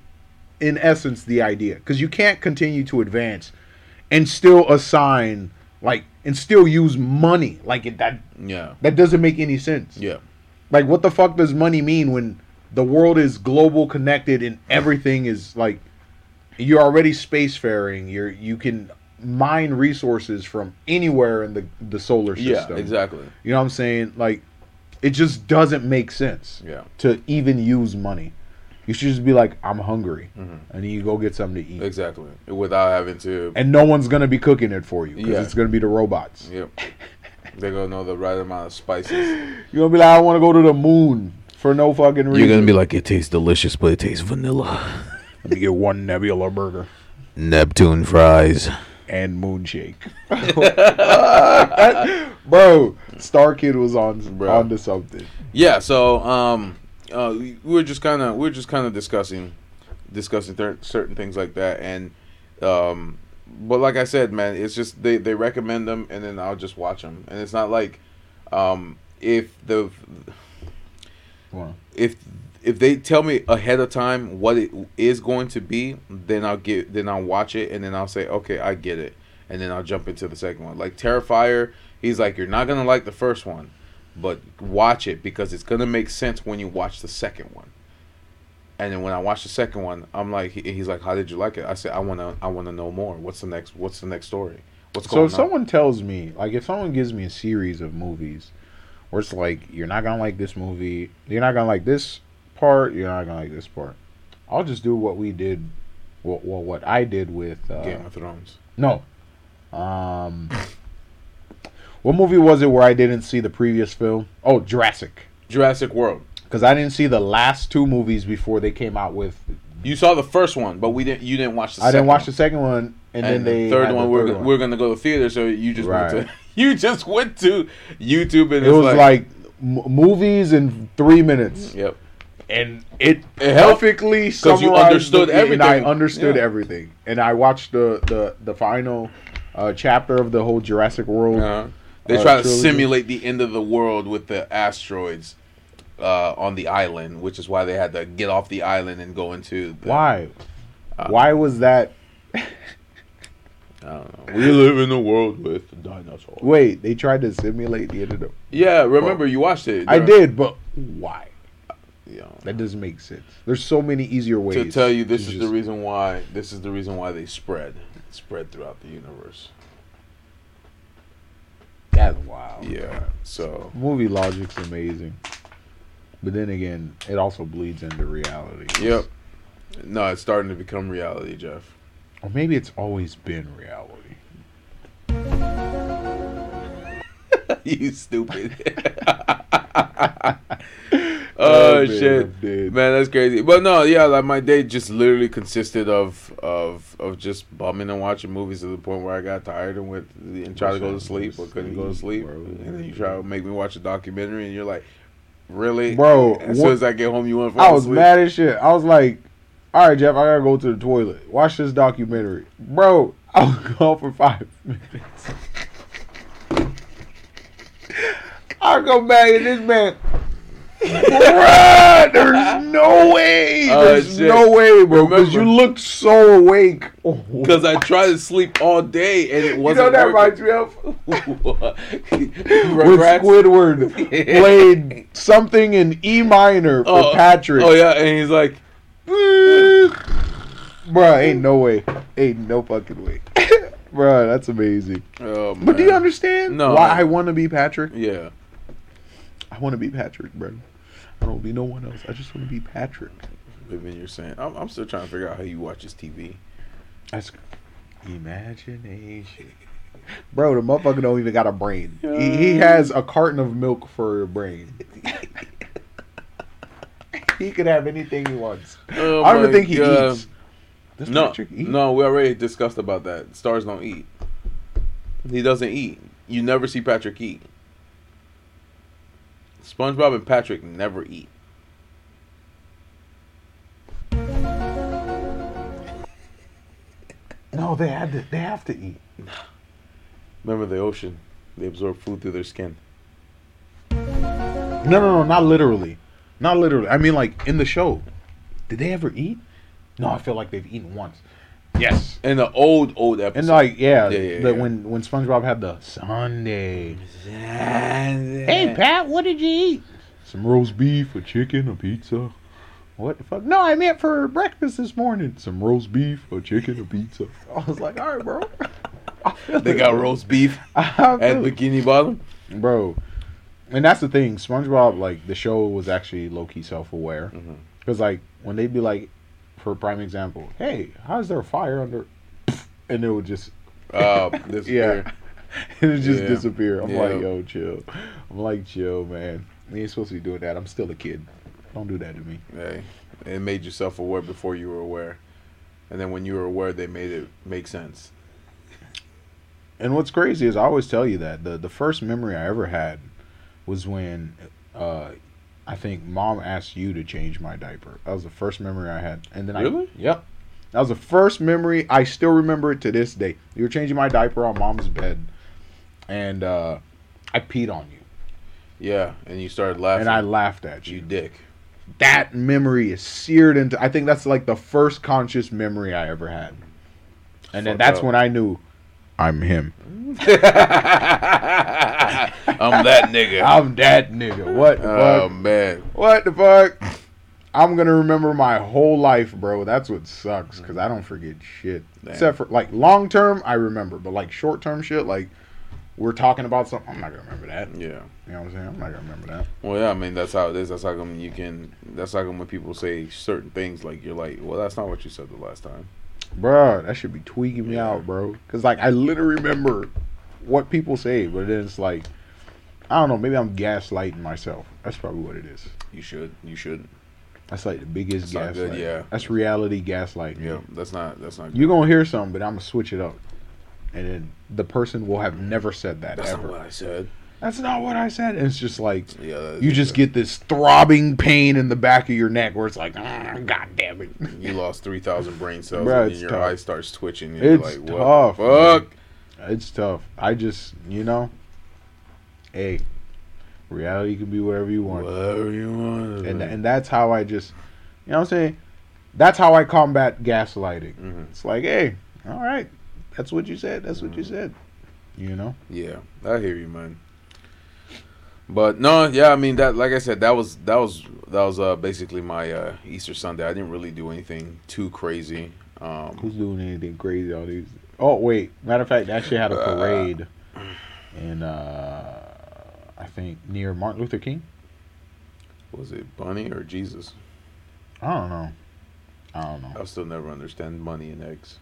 A: in essence the idea because you can't continue to advance and still assign like and still use money like it, that
C: Yeah,
A: that doesn't make any sense.
C: yeah.
A: Like what the fuck does money mean when the world is global connected and everything is like you're already spacefaring, you're you can mine resources from anywhere in the the solar
C: Yeah,
A: system.
C: exactly.
A: You know what I'm saying? Like it just doesn't make sense
C: Yeah.
A: to even use money. You should just be like, I'm hungry
C: Mm-hmm.
A: and then you go get something to eat.
C: Exactly. Without having to
A: And no one's gonna be cooking it for you because
C: Yeah.
A: it's gonna be the robots.
C: Yep. They're gonna know the right amount of spices.
A: You're gonna be like, I wanna go to the moon for no fucking reason.
B: You're gonna be like, it tastes delicious, but it tastes vanilla.
A: Let me get one Nebula burger.
B: Neptune fries.
A: and Moonshake. Bro, Star Kid was on
C: Bro.
A: onto something.
C: Yeah. So um, uh, we we're just kind of we're just kind of discussing discussing cer- certain things like that, and um, but like I said, man, it's just they they recommend them, and then I'll just watch them, and it's not like um if the if if they tell me ahead of time what it is going to be, then I'll get then I'll watch it and then I'll say, okay, I get it, and then I'll jump into the second one. Like Terrifier, he's like, you're not gonna like the first one, but watch it because it's gonna make sense when you watch the second one. And then when I watch the second one, I'm like, he- he's like, how did you like it? I said, I wanna I wanna know more. What's the next What's the next story? What's
A: So
C: going
A: if
C: on?
A: someone tells me, like, if someone gives me a series of movies where it's like, you're not gonna like this movie, you're not gonna like this part, you're not gonna like this part, I'll just do what we did, well, well what I did with uh,
C: Game of Thrones.
A: No. Um, what movie was it where I didn't see the previous film? Oh, Jurassic.
C: Jurassic World.
A: Because I didn't see the last two movies before they came out with
C: You saw the first one, but we didn't. You didn't watch the.
A: I didn't
C: second
A: watch
C: one.
A: the second one, and, then
C: and
A: they
C: the third
A: had
C: one
A: the
C: we're
A: third
C: go- we're gonna go to theater. So you just went
A: Right.
C: to you just went to YouTube and
A: it
C: it's
A: was like, m- movies in three minutes,
C: yep.
A: and it,
C: It helped,
A: perfectly
C: 'cause
A: summarized
C: you understood
A: the- and I
C: everything.
A: understood
C: Yeah.
A: everything, and I watched the the the final uh, chapter of the whole Jurassic World.
C: Uh-huh. They
A: Uh,
C: try to
A: trilogy.
C: simulate the end of the world with the asteroids uh, on the island, which is why they had to get off the island and go into. The,
A: Why? Why was that?
C: I don't know. We live in a world with dinosaurs.
A: Wait, they tried to simulate the end of the.
C: Yeah, remember you watched it.
A: I did, but why?
C: You know.
A: That doesn't make sense. There's so many easier ways
C: to tell you this is the
A: just-
C: reason why this is the reason why they spread spread throughout the universe. That's wild.
A: Yeah.
C: So
A: Movie logic's amazing, but then again, it also bleeds into reality.
C: yep. No, it's starting to become reality, Jeff.
A: Or maybe it's always been reality.
C: you stupid. oh,
A: man,
C: shit,
A: I'm dead.
C: man, that's crazy. But no, yeah, like my day just literally consisted of of of just bumming and watching movies to the point where I got tired and went and tried to go to sleep, but couldn't go to sleep.
A: Bro.
C: And then you try to make me watch a documentary, and you're like, really,
A: Bro,
C: As
A: what-
C: soon as I get home, you want to fall
A: I was
C: asleep.
A: mad as shit. I was like, all right, Jeff, I gotta go to the toilet. Watch this documentary. Bro, I was gone for five minutes. I go back and this man. Bruh, there's no way.
C: Oh,
A: There's
C: shit.
A: no way, bro. Because you
C: Remember-
A: looked so awake. Because
C: Because I tried to sleep all day and it
A: you know
C: wasn't
A: that reminds
C: working.
A: me of when
C: Regrets?
A: Squidward
C: Yeah.
A: played something in E minor for
C: Oh,
A: Patrick.
C: Oh yeah, and he's like,
A: Bruh, ain't no way. Ain't no fucking way. Bruh, that's amazing.
C: oh, man.
A: But do you understand
C: No.
A: why I want to be Patrick?
C: Yeah.
A: I want to be Patrick, bro. I don't be no one else. I just want to be Patrick.
C: But then you're saying, I'm, I'm still trying to figure out how you watch this TV.
A: That's imagination. Bro, the motherfucker don't even got a brain. He, he has a carton of milk for a brain. he could have anything he wants.
C: Oh
A: I don't even
C: my
A: think he
C: God.
A: eats. Does
C: No,
A: Patrick eat?
C: no, we already discussed about that. Stars don't eat. He doesn't eat. You never see Patrick eat. SpongeBob and Patrick never eat.
A: no, they had to. They have to eat.
C: Remember the ocean? They absorb food through their skin.
A: No, no, no, not literally. Not literally. I mean, like in the show, did they ever eat? No, I feel like they've eaten once. Yes.
C: In the old old episode.
A: And like, yeah,
C: Yeah, yeah,
A: the-
C: yeah.
A: when when SpongeBob had the Sunday.
C: hey,
A: Pat, what did you eat? Some roast beef, a chicken, a pizza. What the fuck? No, I meant for breakfast this morning. Some roast beef, a chicken, a pizza. I was like, all right, bro. I feel
C: they
A: it.
C: got roast beef
A: I
C: at
A: feel it.
C: Bikini Bottom.
A: bro. And that's the thing, SpongeBob. Like the show was actually low key self aware,
C: Mhm.
A: because like when they'd be like, for prime example, hey, how is there a fire under? And it would just
C: Uh,
A: yeah,
C: yeah.
A: it would just
C: Yeah.
A: disappear. I'm like,
C: Yeah.
A: yo, chill. I'm like, chill, man. You ain't supposed to be doing that. I'm still a kid. Don't do that to me.
C: Hey, it made yourself aware before you were aware, and then when you were aware, they made it make sense.
A: And what's crazy is I always tell you that the the first memory I ever had was when uh I think mom asked you to change my diaper. That was the first memory I had. And then
C: Really?
A: I Yep. That was the first memory. I still remember it to this day. You were changing my diaper on mom's bed and uh I peed on you.
C: Yeah, and you started laughing.
A: And I laughed at
C: you
A: you.
C: dick.
A: That memory is seared into I think that's like the first conscious memory I ever had. And then
C: Fucked
A: that's
C: up.
A: when I knew I'm him.
C: I'm that nigga.
A: I'm that nigga. What the
C: oh
A: fuck?
C: man,
A: What the fuck? I'm gonna remember my whole life, bro. That's what sucks because I don't forget shit.
C: Damn.
A: Except for like long term, I remember, but like short term shit, like we're talking about something, I'm not gonna remember that. You
C: yeah.
A: know what I'm saying? I'm not gonna remember that.
C: Well, yeah, I mean that's how it is. That's how come you can. That's how come when people say certain things, like you're like, well, that's not what you said the last time.
A: Bro, that should be tweaking me
C: Yeah.
A: out, bro. Cause like I literally remember what people say, but then it's like I don't know. Maybe I'm gaslighting myself. That's probably what it is.
C: You should. You should.
A: That's like the biggest
C: It's not good,
A: gaslight.
C: yeah.
A: That's reality gaslighting.
C: Yeah, that's not. That's not.
A: You're gonna hear something, but I'm gonna switch it up, and then the person will have never said that
C: That's
A: ever.
C: not what I said.
A: That's not what I said. And it's just like
C: Yeah. that-
A: you just get this throbbing pain in the back of your neck where it's like, "Ah, God damn it.
C: You lost three thousand brain cells,
A: Bruh,
C: and
A: it's
C: then your
A: tough.
C: eye starts twitching. And
A: It's
C: you're like, what
A: tough,
C: the fuck?
A: It's tough. I just, you know, hey, reality can be whatever you want,
C: Whatever you want.
A: and and that's how I just, you know, what I'm saying, that's how I combat gaslighting.
C: Mhm.
A: It's like, hey, all right, that's what you said. That's
C: Mm-hmm.
A: what you said. You know.
C: Yeah, I hear you, man. But no, yeah, I mean that. Like I said, that was that was that was uh, basically my uh, Easter Sunday. I didn't really do anything too crazy. Um,
A: Who's doing anything crazy all these Oh wait, matter of fact, they actually had a parade in uh, I think near Martin Luther King.
C: Was it bunny or Jesus?
A: I don't know. I don't know.
C: I'll still never understand money and eggs.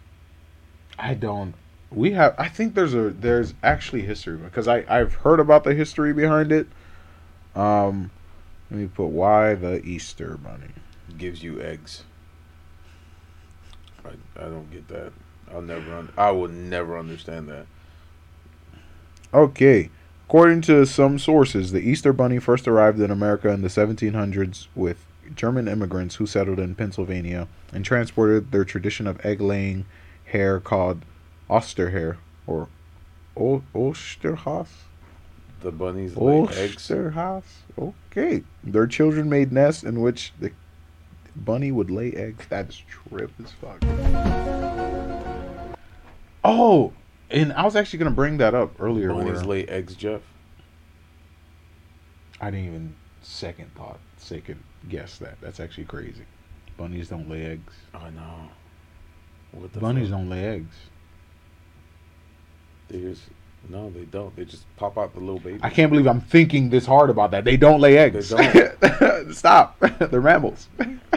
A: I don't. We have. I think there's a there's actually history because I I've heard about the history behind it. Um, let me put why the Easter Bunny.
C: Gives you eggs. I, I don't get that. I'll never. Un- I will never understand that.
A: Okay. According to some sources, the Easter Bunny first arrived in America in the 1700s with German immigrants who settled in Pennsylvania and transported their tradition of egg laying hair called Osterhair or O- Osterhaus?
C: The bunnies
A: Oh,
C: lay eggs.
A: Osterhaus? Okay. Their children made nests in which the bunny would lay eggs. That's trip as fuck. Oh, and I was actually going to bring that up earlier. where-
C: Bunnies lay eggs, Jeff.
A: I didn't even second thought, second guess that. That's actually crazy. Bunnies don't lay eggs.
C: I know. Oh, What the
A: Bunnies
C: fuck?
A: don't lay eggs.
C: They just no, they don't. They just pop out the little baby.
A: I can't believe I'm thinking this hard about that. They don't lay eggs. Stop. They're mammals.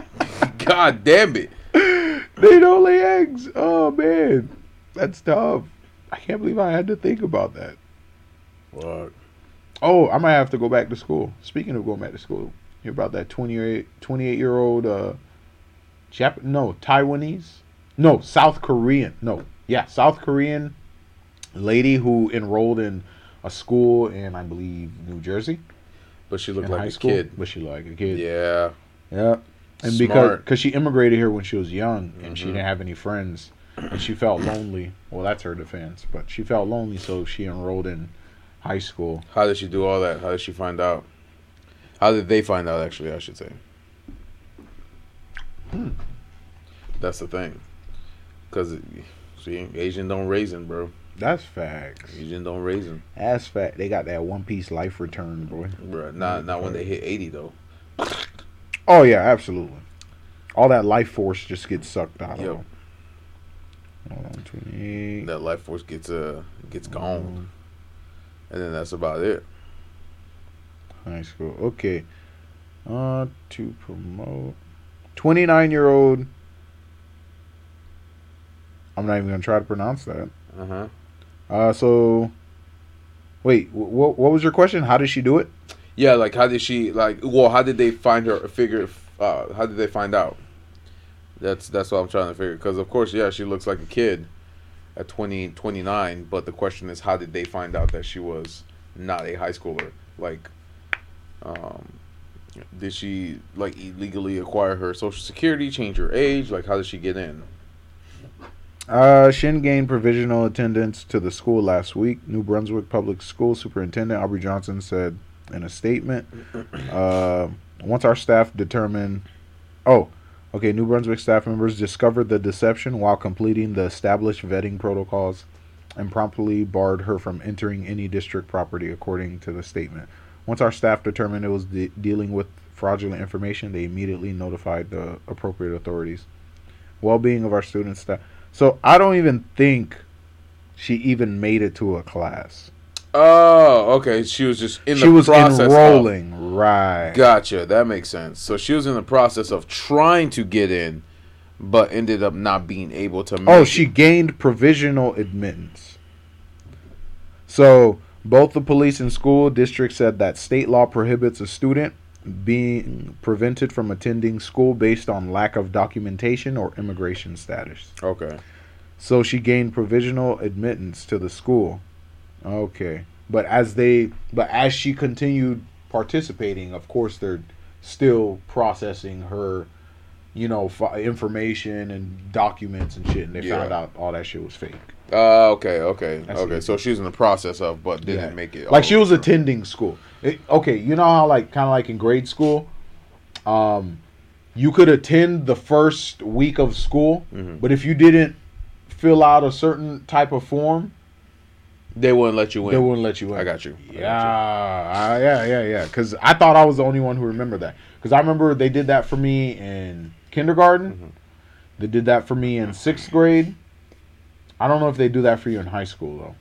C: God damn it!
A: They don't lay eggs. Oh man, that's tough. I can't believe I had to think about that.
C: Fuck.
A: Oh, I might have to go back to school. Speaking of going back to school, you're about that 28, 28 year old uh, Jap- no Taiwanese, no South Korean, no yeah South Korean lady who enrolled in a school in I believe New Jersey
C: But she looked
A: in
C: like
A: high
C: a
A: school,
C: kid.
A: but she like a kid.
C: Yeah.
A: Yeah. And because
C: Smart.
A: because she immigrated here when she was young and she
C: Mhm.
A: didn't have any friends and she felt lonely. Well, that's her defense, but she felt lonely, so she enrolled in high school.
C: How did she do all that? How did she find out? How did they find out? Actually, I should say.
A: Hmm.
C: That's the thing, because see, Asian don't raisin, bro.
A: That's facts.
C: Asian don't raisin,
A: That's fact. They got that One Piece life return, boy.
C: bro. Not not when they hit eighty though.
A: Oh yeah, absolutely. All that life force just gets sucked out
C: Yep.
A: of them. Hold on, 28.
C: That life force gets uh gets gone,
A: Mm-hmm.
C: and then that's about it.
A: High school. Okay. Uh, to promote. 29 year old. I'm not even going to try to pronounce that.
C: Uh huh.
A: Uh, so. Wait, what what was your question? How did she do it?
C: Yeah, like how did she like? Well, how did they find her? Figure. Uh, how did they find out? That's that's what I'm trying to figure. Because of course, yeah, she looks like a kid at 20, 29. But the question is, how did they find out that she was not a high schooler? Like, um, did she like illegally acquire her social security, change her age? Like, how did she get in?
A: Uh, Shin gained provisional attendance to the school last week. New Brunswick Public School Superintendent Aubrey Johnson said in a statement, uh, "Once our staff determined, oh, okay, New Brunswick staff members discovered the deception while completing the established vetting protocols, and promptly barred her from entering any district property," according to the statement. Once our staff determined it was de- dealing with fraudulent information, they immediately notified the appropriate authorities. Well-being of our students. Staff. So I don't even think she even made it to a class.
C: Oh, okay. She was just in
A: she
C: the
A: was
C: process of-
A: enrolling, right?
C: Gotcha. That makes sense. So she was in the process of trying to get in, but ended up not being able to. Make
A: Oh, she gained provisional admittance. So both the police and school district said that state law prohibits a student being prevented from attending school based on lack of documentation or immigration status.
C: It. Okay.
A: So she gained provisional admittance to the school. Okay. But as they but as she continued participating, of course they're still processing her you know fi- information and documents and shit and they
C: Yeah.
A: found out all that shit was fake.
C: Uh, okay. Okay.
A: That's
C: okay.
A: easy.
C: So she's in the process of, but
A: Yeah.
C: didn't make it.
A: Like she
C: all
A: was
C: the way through.
A: attending school. It- okay, you know how like kind of like in grade school um you could attend the first week of school,
C: Mhm.
A: but if you didn't fill out a certain type of form,
C: Oh, They wouldn't let you in.
A: They wouldn't let you in.
C: I got you. I got you.
A: Yeah, I- yeah, yeah, yeah. Because I thought I was the only one who remembered that. Because I remember they did that for
C: Mm-hmm.
A: me in kindergarten. They did that for me in sixth grade. I don't know if they do that for you in high school though,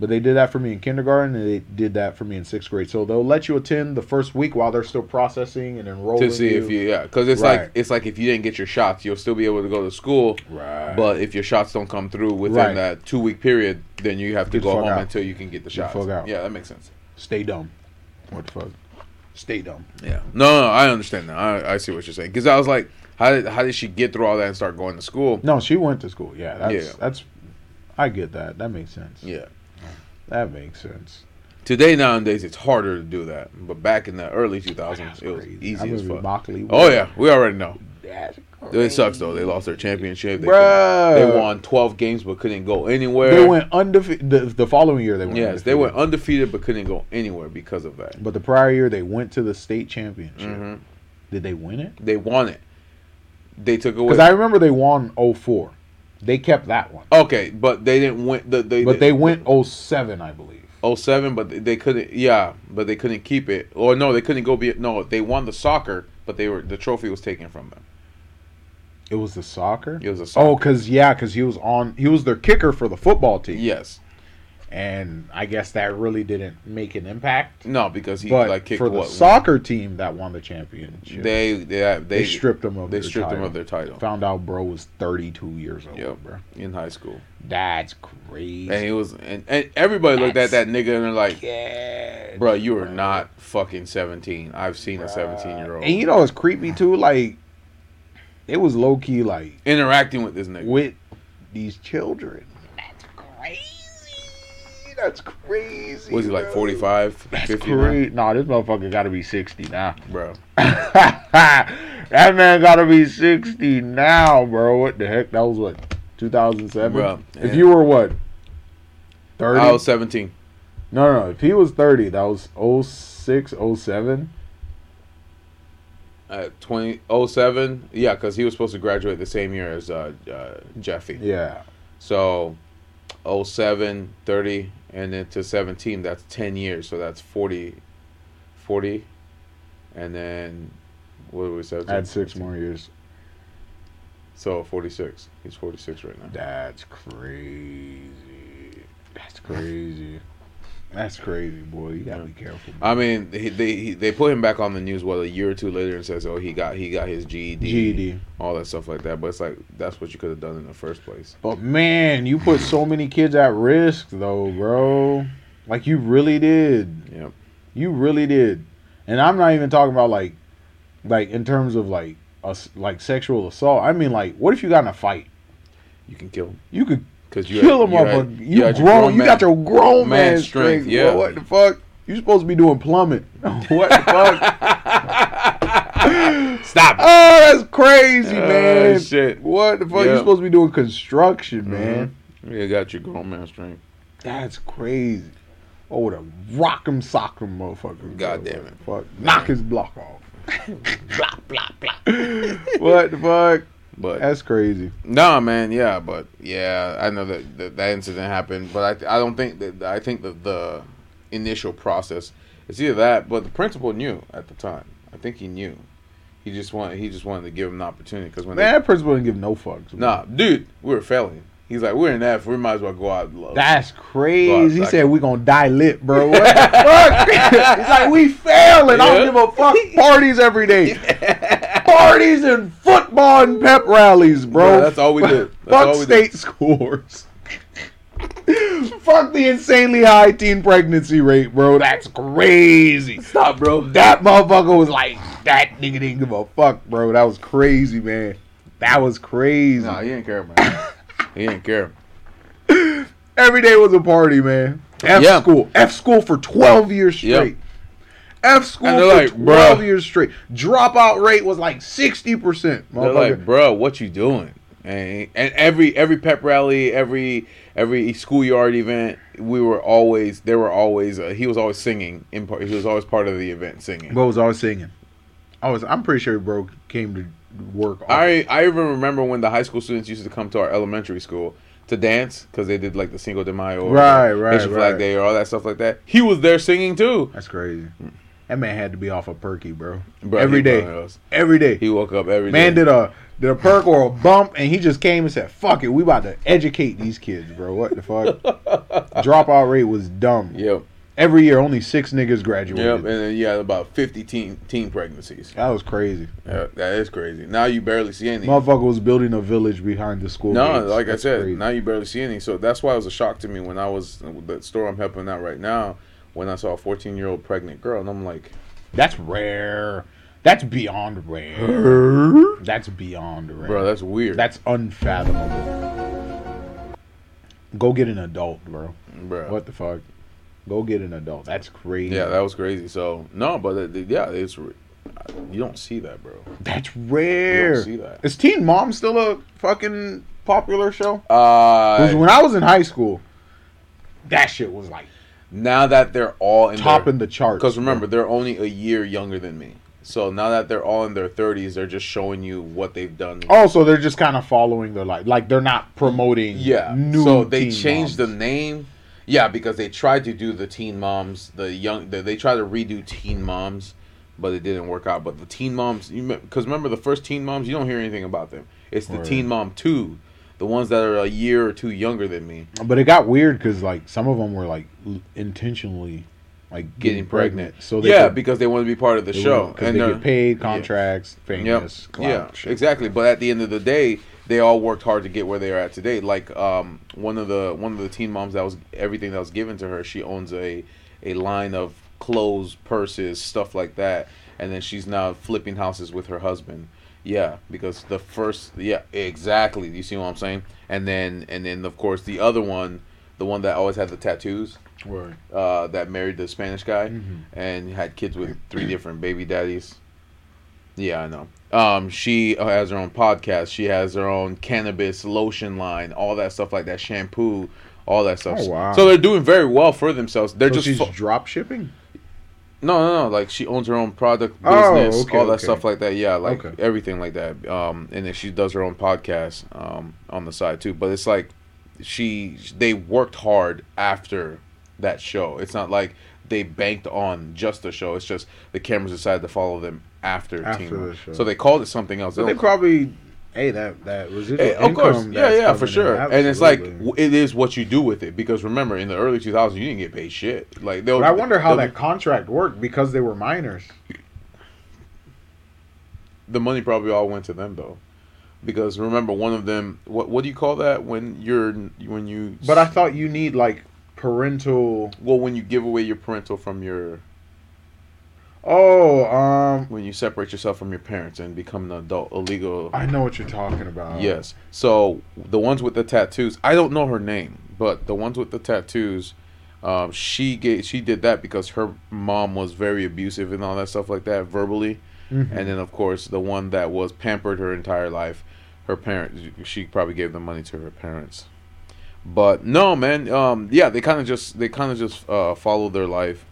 A: but they did that for me in kindergarten and they did that for me in sixth grade. So they'll let you attend the first week while they're still processing and enrolling
C: to see if you yeah because it's
A: Right.
C: like it's like if you didn't get your shots you'll still be able to go to school
A: Right.
C: but if your shots don't come through within
A: Right.
C: that two week period then you have to
A: Get the
C: go
A: fuck
C: home
A: out.
C: until you can get the
A: Get the
C: shots
A: fuck out.
C: yeah that makes sense
A: stay dumb. What the fuck? Stay dumb.
C: yeah no no I understand that I, I see what you're saying because I was like how did how did she get through all that and start going to school
A: No, she went to school. Yeah, that's
C: Yeah.
A: that's. I get that. That makes sense.
C: yeah
A: That makes sense.
C: today nowadays it's harder to do that but back in the early 2000s it was
A: Crazy. I
C: easy as
A: remember
C: fuck
A: Mockley
C: oh yeah we already know
A: That's
C: it sucks though they lost their championship they,
A: Bruh.
C: couldn't- they won 12 games but couldn't go anywhere
A: They went undefeated. The, the following year they went.
C: Yes, they went
A: undefeated.
C: undefeated but couldn't go anywhere because of that.
A: But the prior year they went to the state championship.
C: Mhm.
A: Did they win it?
C: They won it. They took away.
A: Because I remember they won 04. They kept that one,
C: okay, but they didn't win. The, they
A: but they went 07, I believe.
C: 07, but they- they couldn't. Yeah, but they couldn't keep it. Or no, they couldn't go. Be no, they won the soccer, but they were the trophy was taken from them.
A: It was the soccer.
C: It was a soccer.
A: Oh, because yeah, because he was on. He was their kicker for the football team,
C: yes.
A: and I guess that really didn't make an impact.
C: No, because he
A: But
C: like kicked
A: for the
C: what
A: soccer team that won the championship, they,
C: they they they,
A: stripped him of.
C: they
A: their
C: stripped him
A: title.
C: of their title
A: Found out, bro was 32 years old,
C: Yep.
A: bro.
C: in high school,
A: That's crazy.
C: and he was and, and everybody looked at that nigga and they're like,
A: Yeah.
C: "Bro, you are not fucking 17. I've seen a 17 year old."
A: And you know it's creepy too. Like it was low key, like
C: interacting with this nigga.
A: with these children. That's crazy. That's crazy.
C: Was he like
A: bro.
C: 45,
A: That's
C: 50 now?
A: crazy. Nah, this motherfucker got to be sixty now.
C: Bro.
A: that man got to be sixty now, bro. What the heck? That was what two thousand
C: Bro,
A: seven. If
C: yeah.
A: you were what thirty?
C: I was 17.
A: No, no, no. If he was thirty, that was 06, 07.
C: Uh, 20, 07. Yeah, because he was supposed to graduate the same year as uh, uh, Jeffy.
A: Yeah,
C: So 07, 30, and then to 17, that's 10 years. So that's 40. 40. And then what were we 17?
A: I had six more years.
C: So 46. He's 46 right now.
A: That's crazy. That's crazy. That's crazy, boy. You gotta be careful.
C: I mean, he, they he, they put him back on the news what a year or two later and says, "Oh, he got he got his GED,
A: GED.
C: all that stuff like that." But it's like that's what you could have done in the first place.
A: But man, you put so many kids at risk, though, bro. Like you really did.
C: Yep.
A: You really did. And I'm not even talking about like, like in terms of like us, like sexual assault. I mean, like, what if you got in a fight?
C: You can kill him
A: You could
C: because you
A: kill a
C: had- you had-
A: motherfucker. You,
C: had your
A: grown. You
C: man-
A: got your grown man, strength.
C: yeah.
A: bro. What the fuck? You supposed to be doing plumbing. what the fuck?
C: Stop. it.
A: Oh, that's crazy,
C: Oh,
A: man.
C: shit.
A: What the fuck?
C: Yeah. Mm-hmm.
A: You're supposed to be doing construction, man.
C: You got your grown man strength.
A: That's crazy. Oh, what a rock'em sock'em motherfucker.
C: God
A: bro.
C: damn it.
A: Fuck. Knock his block off. blah, blah, blah. what the fuck?
C: But
A: That's crazy.
C: nah, man, yeah, but yeah, I know that that, that incident happened, but I I don't think that I think that the initial process it's either that, but the principal knew at the time. I think he knew. He just wanted he just wanted to give him an opportunity because when
A: Man, that principal didn't give no fucks.
C: they, nah, dude, we were failing. He's like, we're in F, we might as well go out. Low.
A: That's
C: God,
A: crazy. He
C: like-
A: said we gonna die lit, bro. What the fuck? He's like we failing. I
C: Yeah.
A: don't give a fuck. Parties every day. Parties and football and pep rallies, bro.
C: Yeah, that's all we did. That's
A: fuck
C: all we
A: state scores. fuck the insanely high teen pregnancy rate, bro. That's crazy.
C: Stop, bro.
A: That motherfucker was like, that nigga didn't give a fuck, bro. That was crazy, man. That was crazy.
C: Nah, he didn't care, man. he didn't care.
A: Every day was a party, man. F
C: Yeah.
A: school. F school for 12 years
C: Yeah.
A: straight. F school
C: And
A: for
C: they're like,
A: 12
C: "Bruh."
A: years straight. Dropout rate was like 60%.
C: They're
A: motherfucker.
C: like, bro, what you doing? And, and every every pep rally, every every schoolyard event, we were always there. Were always uh, he was always singing. In part, he was always part of the event singing.
A: Bro was always singing. I was, I'm pretty sure bro came to work. all-
C: I I even remember when the high school students used to come to our elementary school to dance because they did like the Cinco de Mayo, or
A: Right, right,
C: Haitian Flag
A: right.
C: Day, or all that stuff like that. He was there singing too.
A: That's crazy. That man had to be off a perky, bro.
C: Bro,
A: every
C: he
A: day.
C: one of those.
A: Every day.
C: he woke up every day.
A: man did a did a perk or a bump, and he just came and said, "Fuck it, we about to educate these kids, bro. What the fuck? Dropout rate was dumb.
C: Yep.
A: Every year, only six niggas
C: Yep.
A: graduated.
C: And then you had about 50 teen, teen pregnancies.
A: That was crazy.
C: Yeah, that is crazy. Now you barely see any.
A: Motherfucker was building a village behind the school.
C: No,
A: gates.
C: like
A: That's
C: I said,
A: crazy.
C: now you barely see any. So that's why it was a shock to me when I was the store I'm helping out right now when I saw a 14 year old pregnant girl, and I'm like,
A: that's rare. That's beyond rare. That's beyond rare.
C: bro, that's weird,
A: That's unfathomable. Go get an adult, bro.
C: bro.
A: What the fuck? Go get an adult. That's crazy.
C: Yeah, that was crazy. So no, but it- it- yeah, it's re- you don't see that, bro.
A: that's
C: You
A: rare.
C: don't see
A: Is
C: that.
A: Teen Mom still a fucking popular show? Because
C: Uh,
A: when I was in high school, that shit was like
C: now that they're all in
A: topping the charts.
C: because remember they're only a year younger than me. So now that they're all in their 30s, they're just showing you what they've done.
A: also Oh, they're just kind of following their life. Like they're not promoting.
C: Yeah.
A: new
C: so they
A: Teen
C: changed
A: Moms.
C: the name. Yeah, because they tried to do the Teen Moms, the young. The, they tried to redo Teen Moms, but it didn't work out. But the Teen Moms, you because remember the first Teen Moms, you don't hear anything about them. It's the
A: Right.
C: Teen Mom Two, the ones that are a year or two younger than me.
A: But it got weird because like some of them were like l- intentionally like
C: getting pregnant.
A: so they
C: yeah,
A: could-
C: because they want to be part of the show
A: because they
C: they're-
A: get paid contracts, famous,
C: Yep.
A: clout,
C: Yeah,
A: shit.
C: exactly. But at the end of the day, they all worked hard to get where they are at today. Like um, one of the one of the teen moms that was everything that was given to her. She owns a a line of clothes, purses, stuff like that, and then she's now flipping houses with her husband. Yeah, because the first yeah exactly. You see what I'm saying? And then and then of course the other one, the one that always had the tattoos
A: Right.
C: uh, that married the Spanish guy
A: Mhm.
C: and had kids with three different baby daddies. Yeah, I know. Um, she has her own podcast. She has her own cannabis lotion line, all that stuff like that, shampoo, all that stuff.
A: Oh, wow.
C: So they're doing very well for themselves. They're
A: So
C: just
A: she's
C: fo-
A: drop shipping.
C: no, no, no. Like she owns her own product
A: Oh,
C: business,
A: okay,
C: all that
A: okay.
C: stuff like that. Yeah, like
A: Okay.
C: everything like that. Um, and then she does her own podcast um, on the side too. But it's like she they worked hard after that show. It's not like they banked on just the show. It's just the cameras decided to follow them after,
A: After
C: Teen
A: the
C: Mom.
A: show.
C: So they called it something else.
A: So they
C: don't-
A: probably hey that that residual
C: Hey, of course,
A: income
C: yeah,
A: that's
C: yeah, for
A: coming in,
C: sure. And it's like
A: absolutely.
C: w- it is what you do with it because remember, in the early 2000s, you didn't get paid shit. Like they'll.
A: But I wonder how
C: they'll-
A: that contract worked because they were minors.
C: the money probably all went to them though because remember one of them what what do you call that when you're when you
A: But I thought you need like parental.
C: well when you give away your parental from your
A: Oh, um,
C: when you separate yourself from your parents and become an adult illegal
A: I know what you're talking about.
C: yes so the ones with the tattoos i don't know her name but the ones with the tattoos um, she gave, she did that because her mom was very abusive and all that stuff like that verbally
A: Mhm.
C: and then of course the one that was pampered her entire life her parents she probably gave the money to her parents but no man um yeah they kind of just they kind of just uh follow their life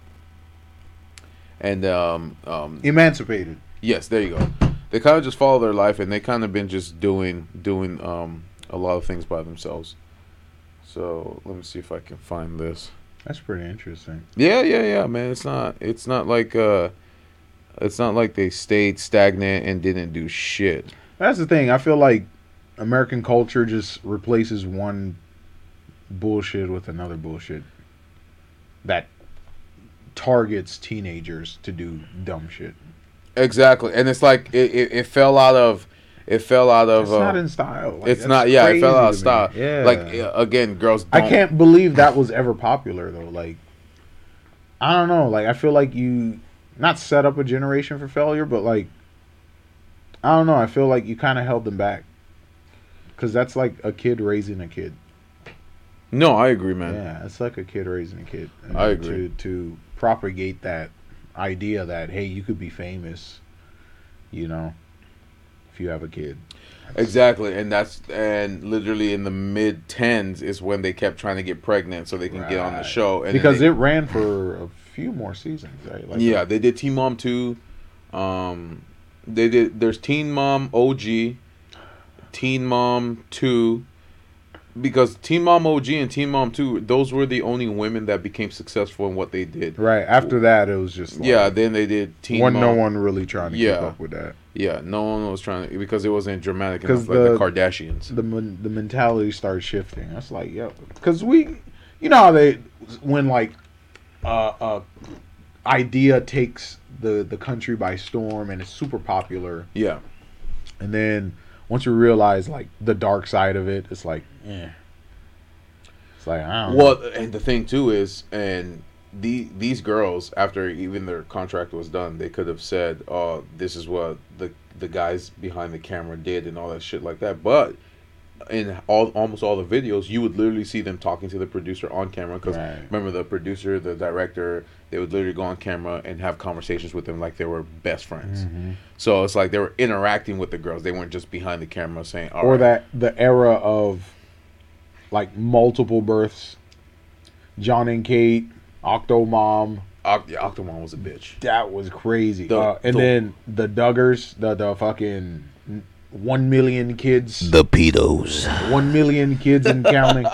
C: and um um
A: emancipated.
C: yes there you go they kind of just follow their life and they kind of been just doing doing um a lot of things by themselves so let me see if i can find this
A: That's pretty interesting.
C: yeah, yeah, yeah, man. It's not it's not like uh it's not like they stayed stagnant and didn't do shit.
A: That's the thing. I feel like American culture just replaces one bullshit with another bullshit that targets teenagers to do dumb shit.
C: Exactly. And it's like it, it, it fell out of it fell out of
A: It's
C: uh,
A: not in style. Like,
C: it's
A: that's
C: not yeah, it fell
A: crazy
C: out
A: to
C: of
A: me.
C: style.
A: Yeah.
C: Like uh, again, girls
A: I
C: don't
A: can't believe that was ever popular though. Like I don't know. Like I feel like you not set up a generation for failure, but like I don't know. I feel like you kind of held them back because that's like a kid raising a kid.
C: No, I agree, man.
A: Yeah, it's like a kid raising a kid. And
C: I
A: To,
C: agree.
A: to propagate that idea that hey, you could be famous, you know, if you have a kid.
C: Exactly. And that's and literally in the mid 10s is when they kept trying to get pregnant so they can get on the
A: Right.
C: show and then
A: because
C: they-
A: it ran for a few more seasons, right? Like
C: yeah, they did Teen Mom two. Um, they did. There's Teen Mom OG, Teen Mom two, because Team Mom OG and Team Mom 2, those were the only women that became successful in what they did.
A: Right after that, it was just like,
C: Yeah, then they did Team
A: one
C: Mom.
A: no one really trying to
C: Yeah.
A: keep up with that.
C: Yeah, no one was trying to because it wasn't dramatic
A: 'Cause
C: enough like the
A: the-
C: Kardashians.
A: The men- the mentality starts shifting. That's like yep, because we, you know how they when like uh, uh idea takes the the country by storm and it's super popular,
C: Yeah,
A: and then once you realize like the dark side of it, it's like yeah, it's like I don't know.
C: Well, and the thing too is, and the these girls, after even their contract was done, they could have said, "Oh, this is what the the guys behind the camera did," and all that shit like that. But in all almost all the videos, you would literally see them talking to the producer on camera. Because
A: Right.
C: remember, the producer, the director, they would literally go on camera and have conversations with them like they were best friends.
A: Mm-hmm.
C: So it's like they were interacting with the girls. They weren't just behind the camera saying, "All
A: or
C: right."
A: that the era of like multiple births, John and Kate, Octomom.
C: Oct- yeah, Octomom was a bitch.
A: That was crazy.
C: The-
A: uh, and
C: the-
A: then the Duggars, the the fucking one million kids,
B: The pedos.
A: one million kids and counting,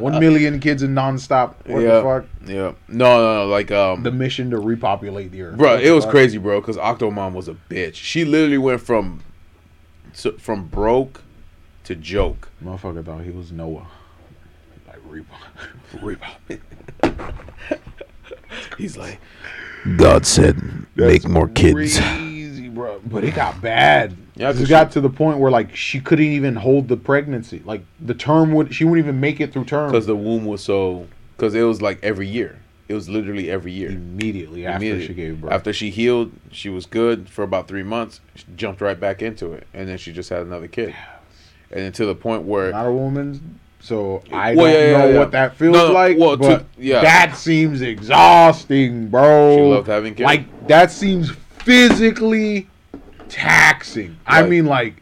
A: one million kids in nonstop. What
C: yeah,
A: the fuck?
C: yeah. No, no, no. Like um,
A: The mission to repopulate the earth.
C: Bro,
A: What the
C: it was
A: fuck?
C: crazy, bro, because Octomom was a bitch. She literally went from so- from broke to joke.
A: Motherfucker thought he was Noah. Like repo, repo.
C: He's like,
B: God said, make more kids.
A: Crazy, bro. But it got bad.
C: Yeah,
A: Yeah,
C: 'cause
A: it got to the point where like she couldn't even hold the pregnancy. Like the term would, she wouldn't even make it through term.
C: because the womb was so, because it was like every year. It was literally every year.
A: immediately after
C: Immediate-
A: she gave birth.
C: After she healed, she was good for about three months. She jumped right back into it, and then she just had another kid. And then to the point where
A: not a woman, so I
C: Well,
A: don't
C: yeah, yeah,
A: know
C: yeah.
A: what that feels
C: No, no,
A: like.
C: well, to-
A: but
C: yeah.
A: that seems exhausting, bro.
C: She loved having kids?
A: Like that seems physically taxing. I
C: Like-
A: mean, like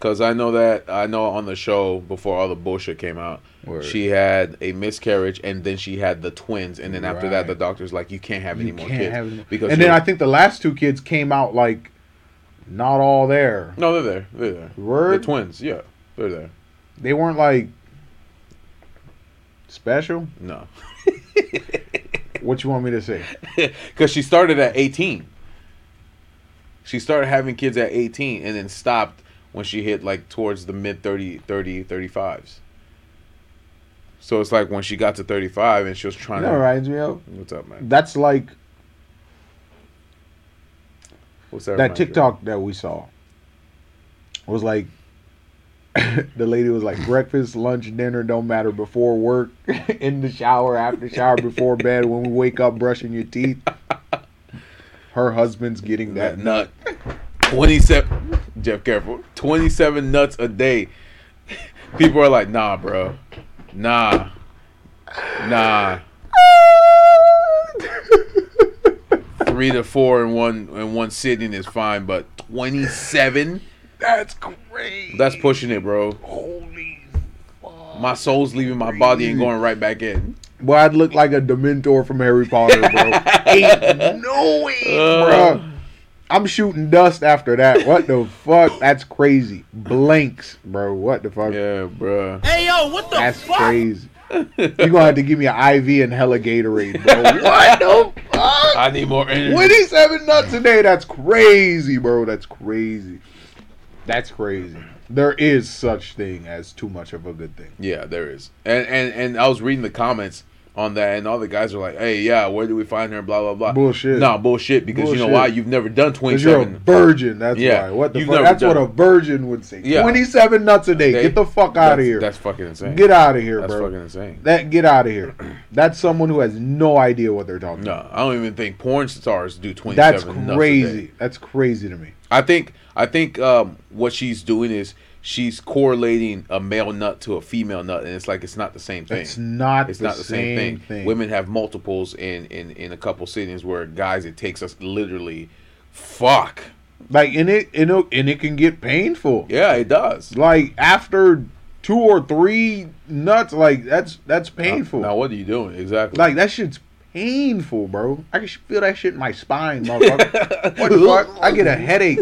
C: Cause I know that I know on the show before all the bullshit came out,
A: Word.
C: she had a miscarriage and then she had the twins, and then after that the
A: Right.
C: doctor's like, you can't have any
A: you
C: more
A: can't
C: kids
A: have. any-
C: because
A: and then
C: you're-
A: I think the last two kids came out like not all there.
C: no, they're there, they're there,
A: Word?
C: the twins, yeah, they're there.
A: They weren't like special.
C: No,
A: What you want me to say?
C: because she started at eighteen. She started having kids at eighteen and then stopped when she hit like towards the mid 30, 30, 35s. So it's like when she got to thirty five and she was
A: You
C: trying
A: know, what
C: to.
A: reminds me of
C: What's up, man?
A: that's like
C: What's that?
A: that
C: remind you of?
A: TikTok that we saw was like the lady was like breakfast, lunch, dinner don't matter before work, in the shower, after shower, before bed, when we wake up, brushing your teeth. Her husband's getting that.
C: that nut. 27 Jeff careful. 27 nuts a day. People are like, "Nah, bro. Nah. Nah." 3 to 4 in one in one sitting is fine, but 27?
A: That's great.
C: That's pushing it, bro.
A: holy.
C: My soul's leaving my body and going right back in.
A: Boy, I'd look like a Dementor from Harry Potter, bro. Ain't no way, bro. I'm shooting dust after that. What the fuck? That's crazy. Blanks, bro. What the fuck?
C: Yeah, bro.
D: Hey yo, what the
A: That's
D: fuck?
A: crazy. You're gonna have to give me an IV and hella Gatorade, bro. What the fuck?
C: I need more energy.
A: 27 nuts a day. That's crazy, bro. That's crazy. That's crazy. There is such thing as too much of a good thing.
C: Yeah, there is. And and and I was reading the comments on that, and all the guys are like, "Hey, yeah, where do we find her?" Blah blah blah.
A: Bullshit.
C: Nah, bullshit. Because you know
A: Bullshit.
C: why? You've never done twenty
A: Because you're a
C: seven.
A: virgin. That's why.
C: Yeah,
A: What the
C: you've
A: fuck?
C: never
A: That's what
C: done-
A: a virgin would say.
C: Yeah.
A: 27 nuts a day.
C: They-
A: Get the fuck out of here.
C: That's fucking insane.
A: get out of here,
C: That's
A: bro.
C: fucking insane.
A: That get out of here. That's someone who has no idea what they're talking about.
C: No, I don't even think porn stars do twenty
A: That's
C: seven.
A: crazy. That's crazy to me.
C: I think I think um, what she's doing is she's correlating a male nut to a female nut, and it's like it's not the same thing.
A: It's not.
C: it's
A: the
C: not the same, thing.
A: thing.
C: Women have multiples in in in a couple sittings where guys it takes us literally, fuck.
A: like and it and it, and it can get painful.
C: Yeah, it does.
A: Like after two or three nuts, like that's that's painful.
C: Now what are you doing exactly?
A: Like that shit's painful, bro. I can feel that shit in my spine, motherfucker. what the fuck? I get a headache.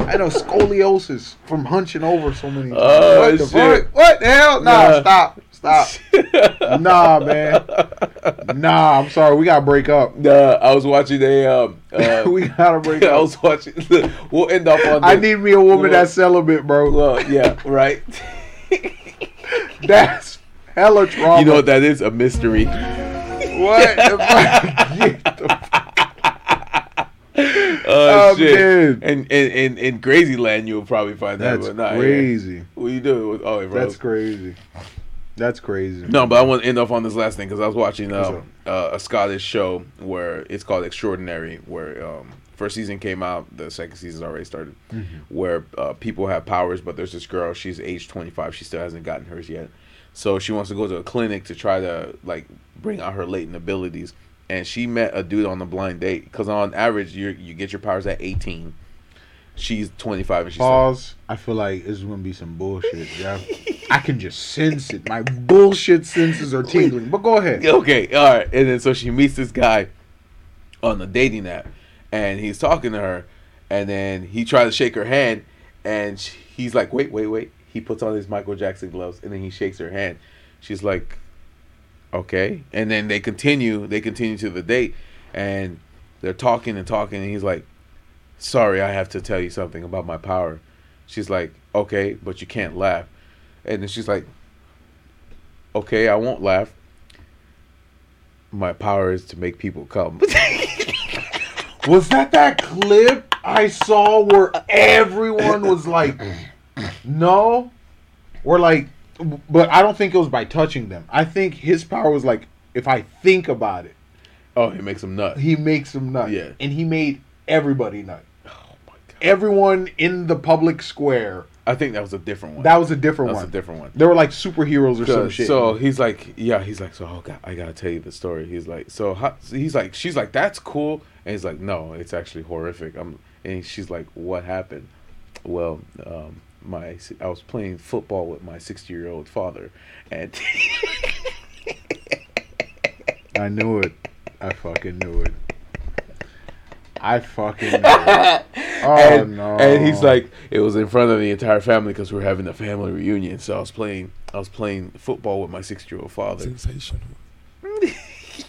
A: I know scoliosis from hunching over so many. times.
C: Oh,
A: what the
C: shit.
A: fuck? What the hell? Nah,
C: Nah.
A: stop, stop. nah, man. Nah, I'm sorry. We gotta break up.
C: Uh, I was watching a. Um, uh,
A: we gotta break
C: I
A: up.
C: was watching. we'll end up on.
A: I
C: this.
A: need me a woman
C: Look.
A: that's celibate, bro.
C: Well, yeah, right.
A: That's hella trauma.
C: you know what that is? A mystery.
A: Oh, what? the fuck? Get the
C: Oh
A: Oh, man.
C: shit! And in in in Crazy Land, you'll probably find that.
A: That's
C: but not here.
A: crazy.
C: What you doing? With, oh, bro.
A: That's crazy. That's crazy.
C: No, but I want to end off on this last thing because I was watching
A: What's
C: um, uh, a Scottish show where it's called Extraordinary, where um, first season came out, the second season's already started, where uh, people have powers, but there's this girl, she's age 25, she still hasn't gotten hers yet. So she wants to go to a clinic to try to like bring out her latent abilities, and she met a dude on a blind date because on average you you get your powers at 18. She's 25 and she's like,
A: Pause. I feel like it's gonna be some bullshit. Yeah, I can just sense it. My bullshit senses are tingling. But go ahead.
C: Okay, all right. And then so she meets this guy on the dating app, and he's talking to her, and then he tries to shake her hand, and sh he's like, "Wait, wait, wait." He puts on his Michael Jackson gloves, and then he shakes her hand. She's like, "Okay." And then they continue. They continue to the date, and they're talking and talking, and he's like, "Sorry, I have to tell you something about my power." She's like, "Okay, but you can't laugh." And then she's like, "Okay, I won't laugh." my power is to make people come.
A: Was that that clip I saw where everyone was like, no? Or like, but I don't think it was by touching them. I think his power was like, if I think about it,
C: oh, it makes them nuts.
A: he makes them nut.
C: Yeah.
A: And he made everybody nut.
C: Oh my god!
A: Everyone in the public square.
C: I think that was a different one.
A: That was a different
C: That was
A: one.
C: a different one.
A: They were like superheroes or some
C: So,
A: shit.
C: so he's like, yeah, he's like, so oh god, I gotta tell you the story. He's like, so how, so he's like, she's like, that's cool, and he's like, no, it's actually horrific. I'm, and she's like, what happened? Well, um, my I was playing football with my sixty year old father, and
A: I knew it. I fucking knew it. I fucking knew it. Oh
C: and,
A: no.
C: and he's like, it was in front of the entire family because we were having a family reunion. So I was playing, I was playing football with my sixty year old father.
E: Sensational.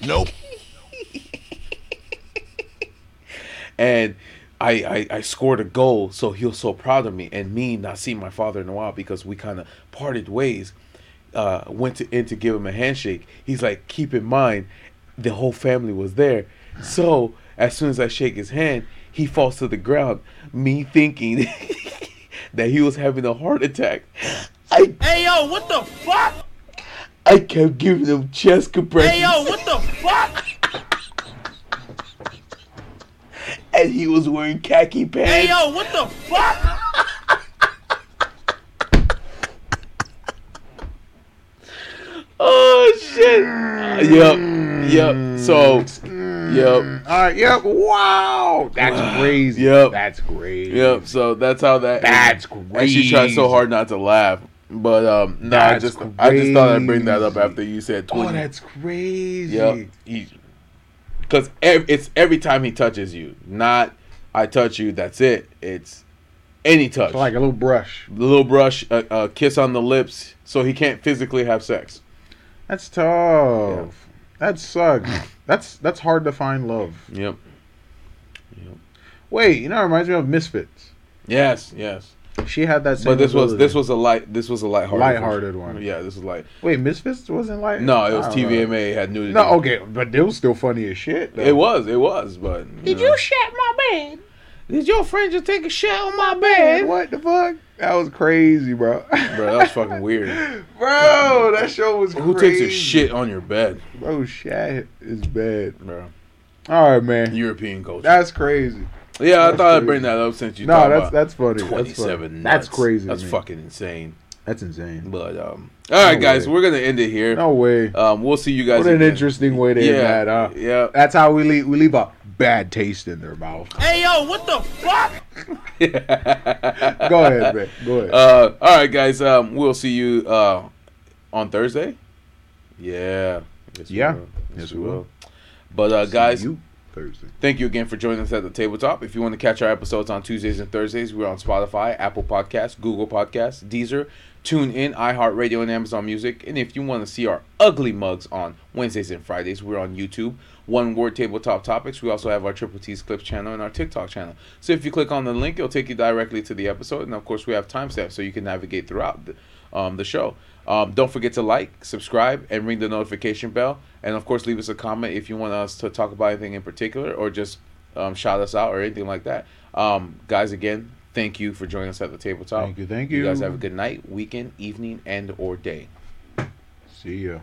E: nope.
C: and I, I I scored a goal, so he was so proud of me. And me not seeing my father in a while because we kind of parted ways. Uh, went to in to give him a handshake. He's like, keep in mind, the whole family was there. So as soon as I shake his hand, he falls to the ground. Me thinking that he was having a heart attack. I
D: Hey yo, what the fuck?
C: I kept giving him chest
D: Hey
C: compressions,
D: yo, what the fuck?
C: and he was wearing khaki pants.
D: Hey yo, what the fuck?
C: Oh shit! Yep, yep. So, yep,
A: All right, yep. Wow. That's crazy.
C: Yep.
A: That's crazy.
C: yep. So that's how that.
A: That's
C: And she tried so
A: crazy.
C: hard not to laugh, but um, no, I
A: That's
C: just I just thought I'd bring that up
A: crazy.
C: after you said
A: Oh,
C: twenty.
A: that's crazy.
C: yep. Because ev- it's every time he touches you, not I touch you. That's it. It's any touch,
A: So like a little brush.
C: little brush, a, a kiss on the lips, so he can't physically have sex.
A: That's tough. That sucks. That's that's hard to find love.
C: Yep.
A: Wait, you know, it reminds me of Misfits.
C: Yes. Yes.
A: She had that. Same
C: But this was
A: ability.
C: this was a light this was a lighthearted
A: Lighthearted
C: version.
A: one.
C: Yeah, this was light.
A: Wait, Misfits wasn't like.
C: No, it was
A: I don't know.
C: TVMA had nudity.
A: Oh, No, okay, but it was still funny as shit. though.
C: It was, it was, but did you? know.
D: shat my bed? Did your friend just take a shit on my
A: Man, what the fuck? That was crazy, bro.
C: Bro, that was fucking weird.
A: bro, that show was
C: Who
A: crazy.
C: takes a shit on your bed,
A: Bro, shit is bad.
C: bro?
A: All right, man.
C: European culture.
A: That's crazy.
C: yeah, I
A: that's
C: thought I'd
A: crazy.
C: bring that up since you.
A: no,
C: talked
A: that's
C: about
A: that's funny. That's, funny.
C: twenty-seven.
A: that's
C: nuts.
A: crazy. to
C: That's
A: me.
C: fucking insane.
A: That's insane.
C: But um, all right,
A: No
C: guys,
A: way.
C: we're gonna end it here.
A: No way.
C: Um, we'll see you guys.
A: What an
C: again.
A: interesting way to end
C: Yeah,
A: that. Huh?
C: yeah.
A: That's how we leave. We leave a bad taste in their mouth.
D: Hey yo, what the fuck?
A: Go ahead, man. Go ahead.
C: Uh, all right, guys. Um, we'll see you uh, on Thursday. Yeah. Yes,
A: Yeah.
C: will.
A: Yes, we will.
C: But uh, guys,
A: you. Thursday.
C: Thank you again for joining us at the tabletop. If you want to catch our episodes on Tuesdays and Thursdays, we're on Spotify, Apple Podcasts, Google Podcasts, Deezer, TuneIn, iHeartRadio, and Amazon Music. And if you want to see our ugly mugs on Wednesdays and Fridays, we're on YouTube. One word tabletop topics. We also have our Triple T's Clips channel and our TikTok channel. So if you click on the link, it'll take you directly to the episode. And of course, we have timestamps so you can navigate throughout the, um, the show. Um, don't forget to like, subscribe, and ring the notification bell. And of course, leave us a comment if you want us to talk about anything in particular or just um, shout us out or anything like that. Um, guys, again, thank you for joining us at the tabletop.
A: Thank you, thank
C: You guys
A: you.
C: have a good night, weekend, evening, and or day.
A: See ya.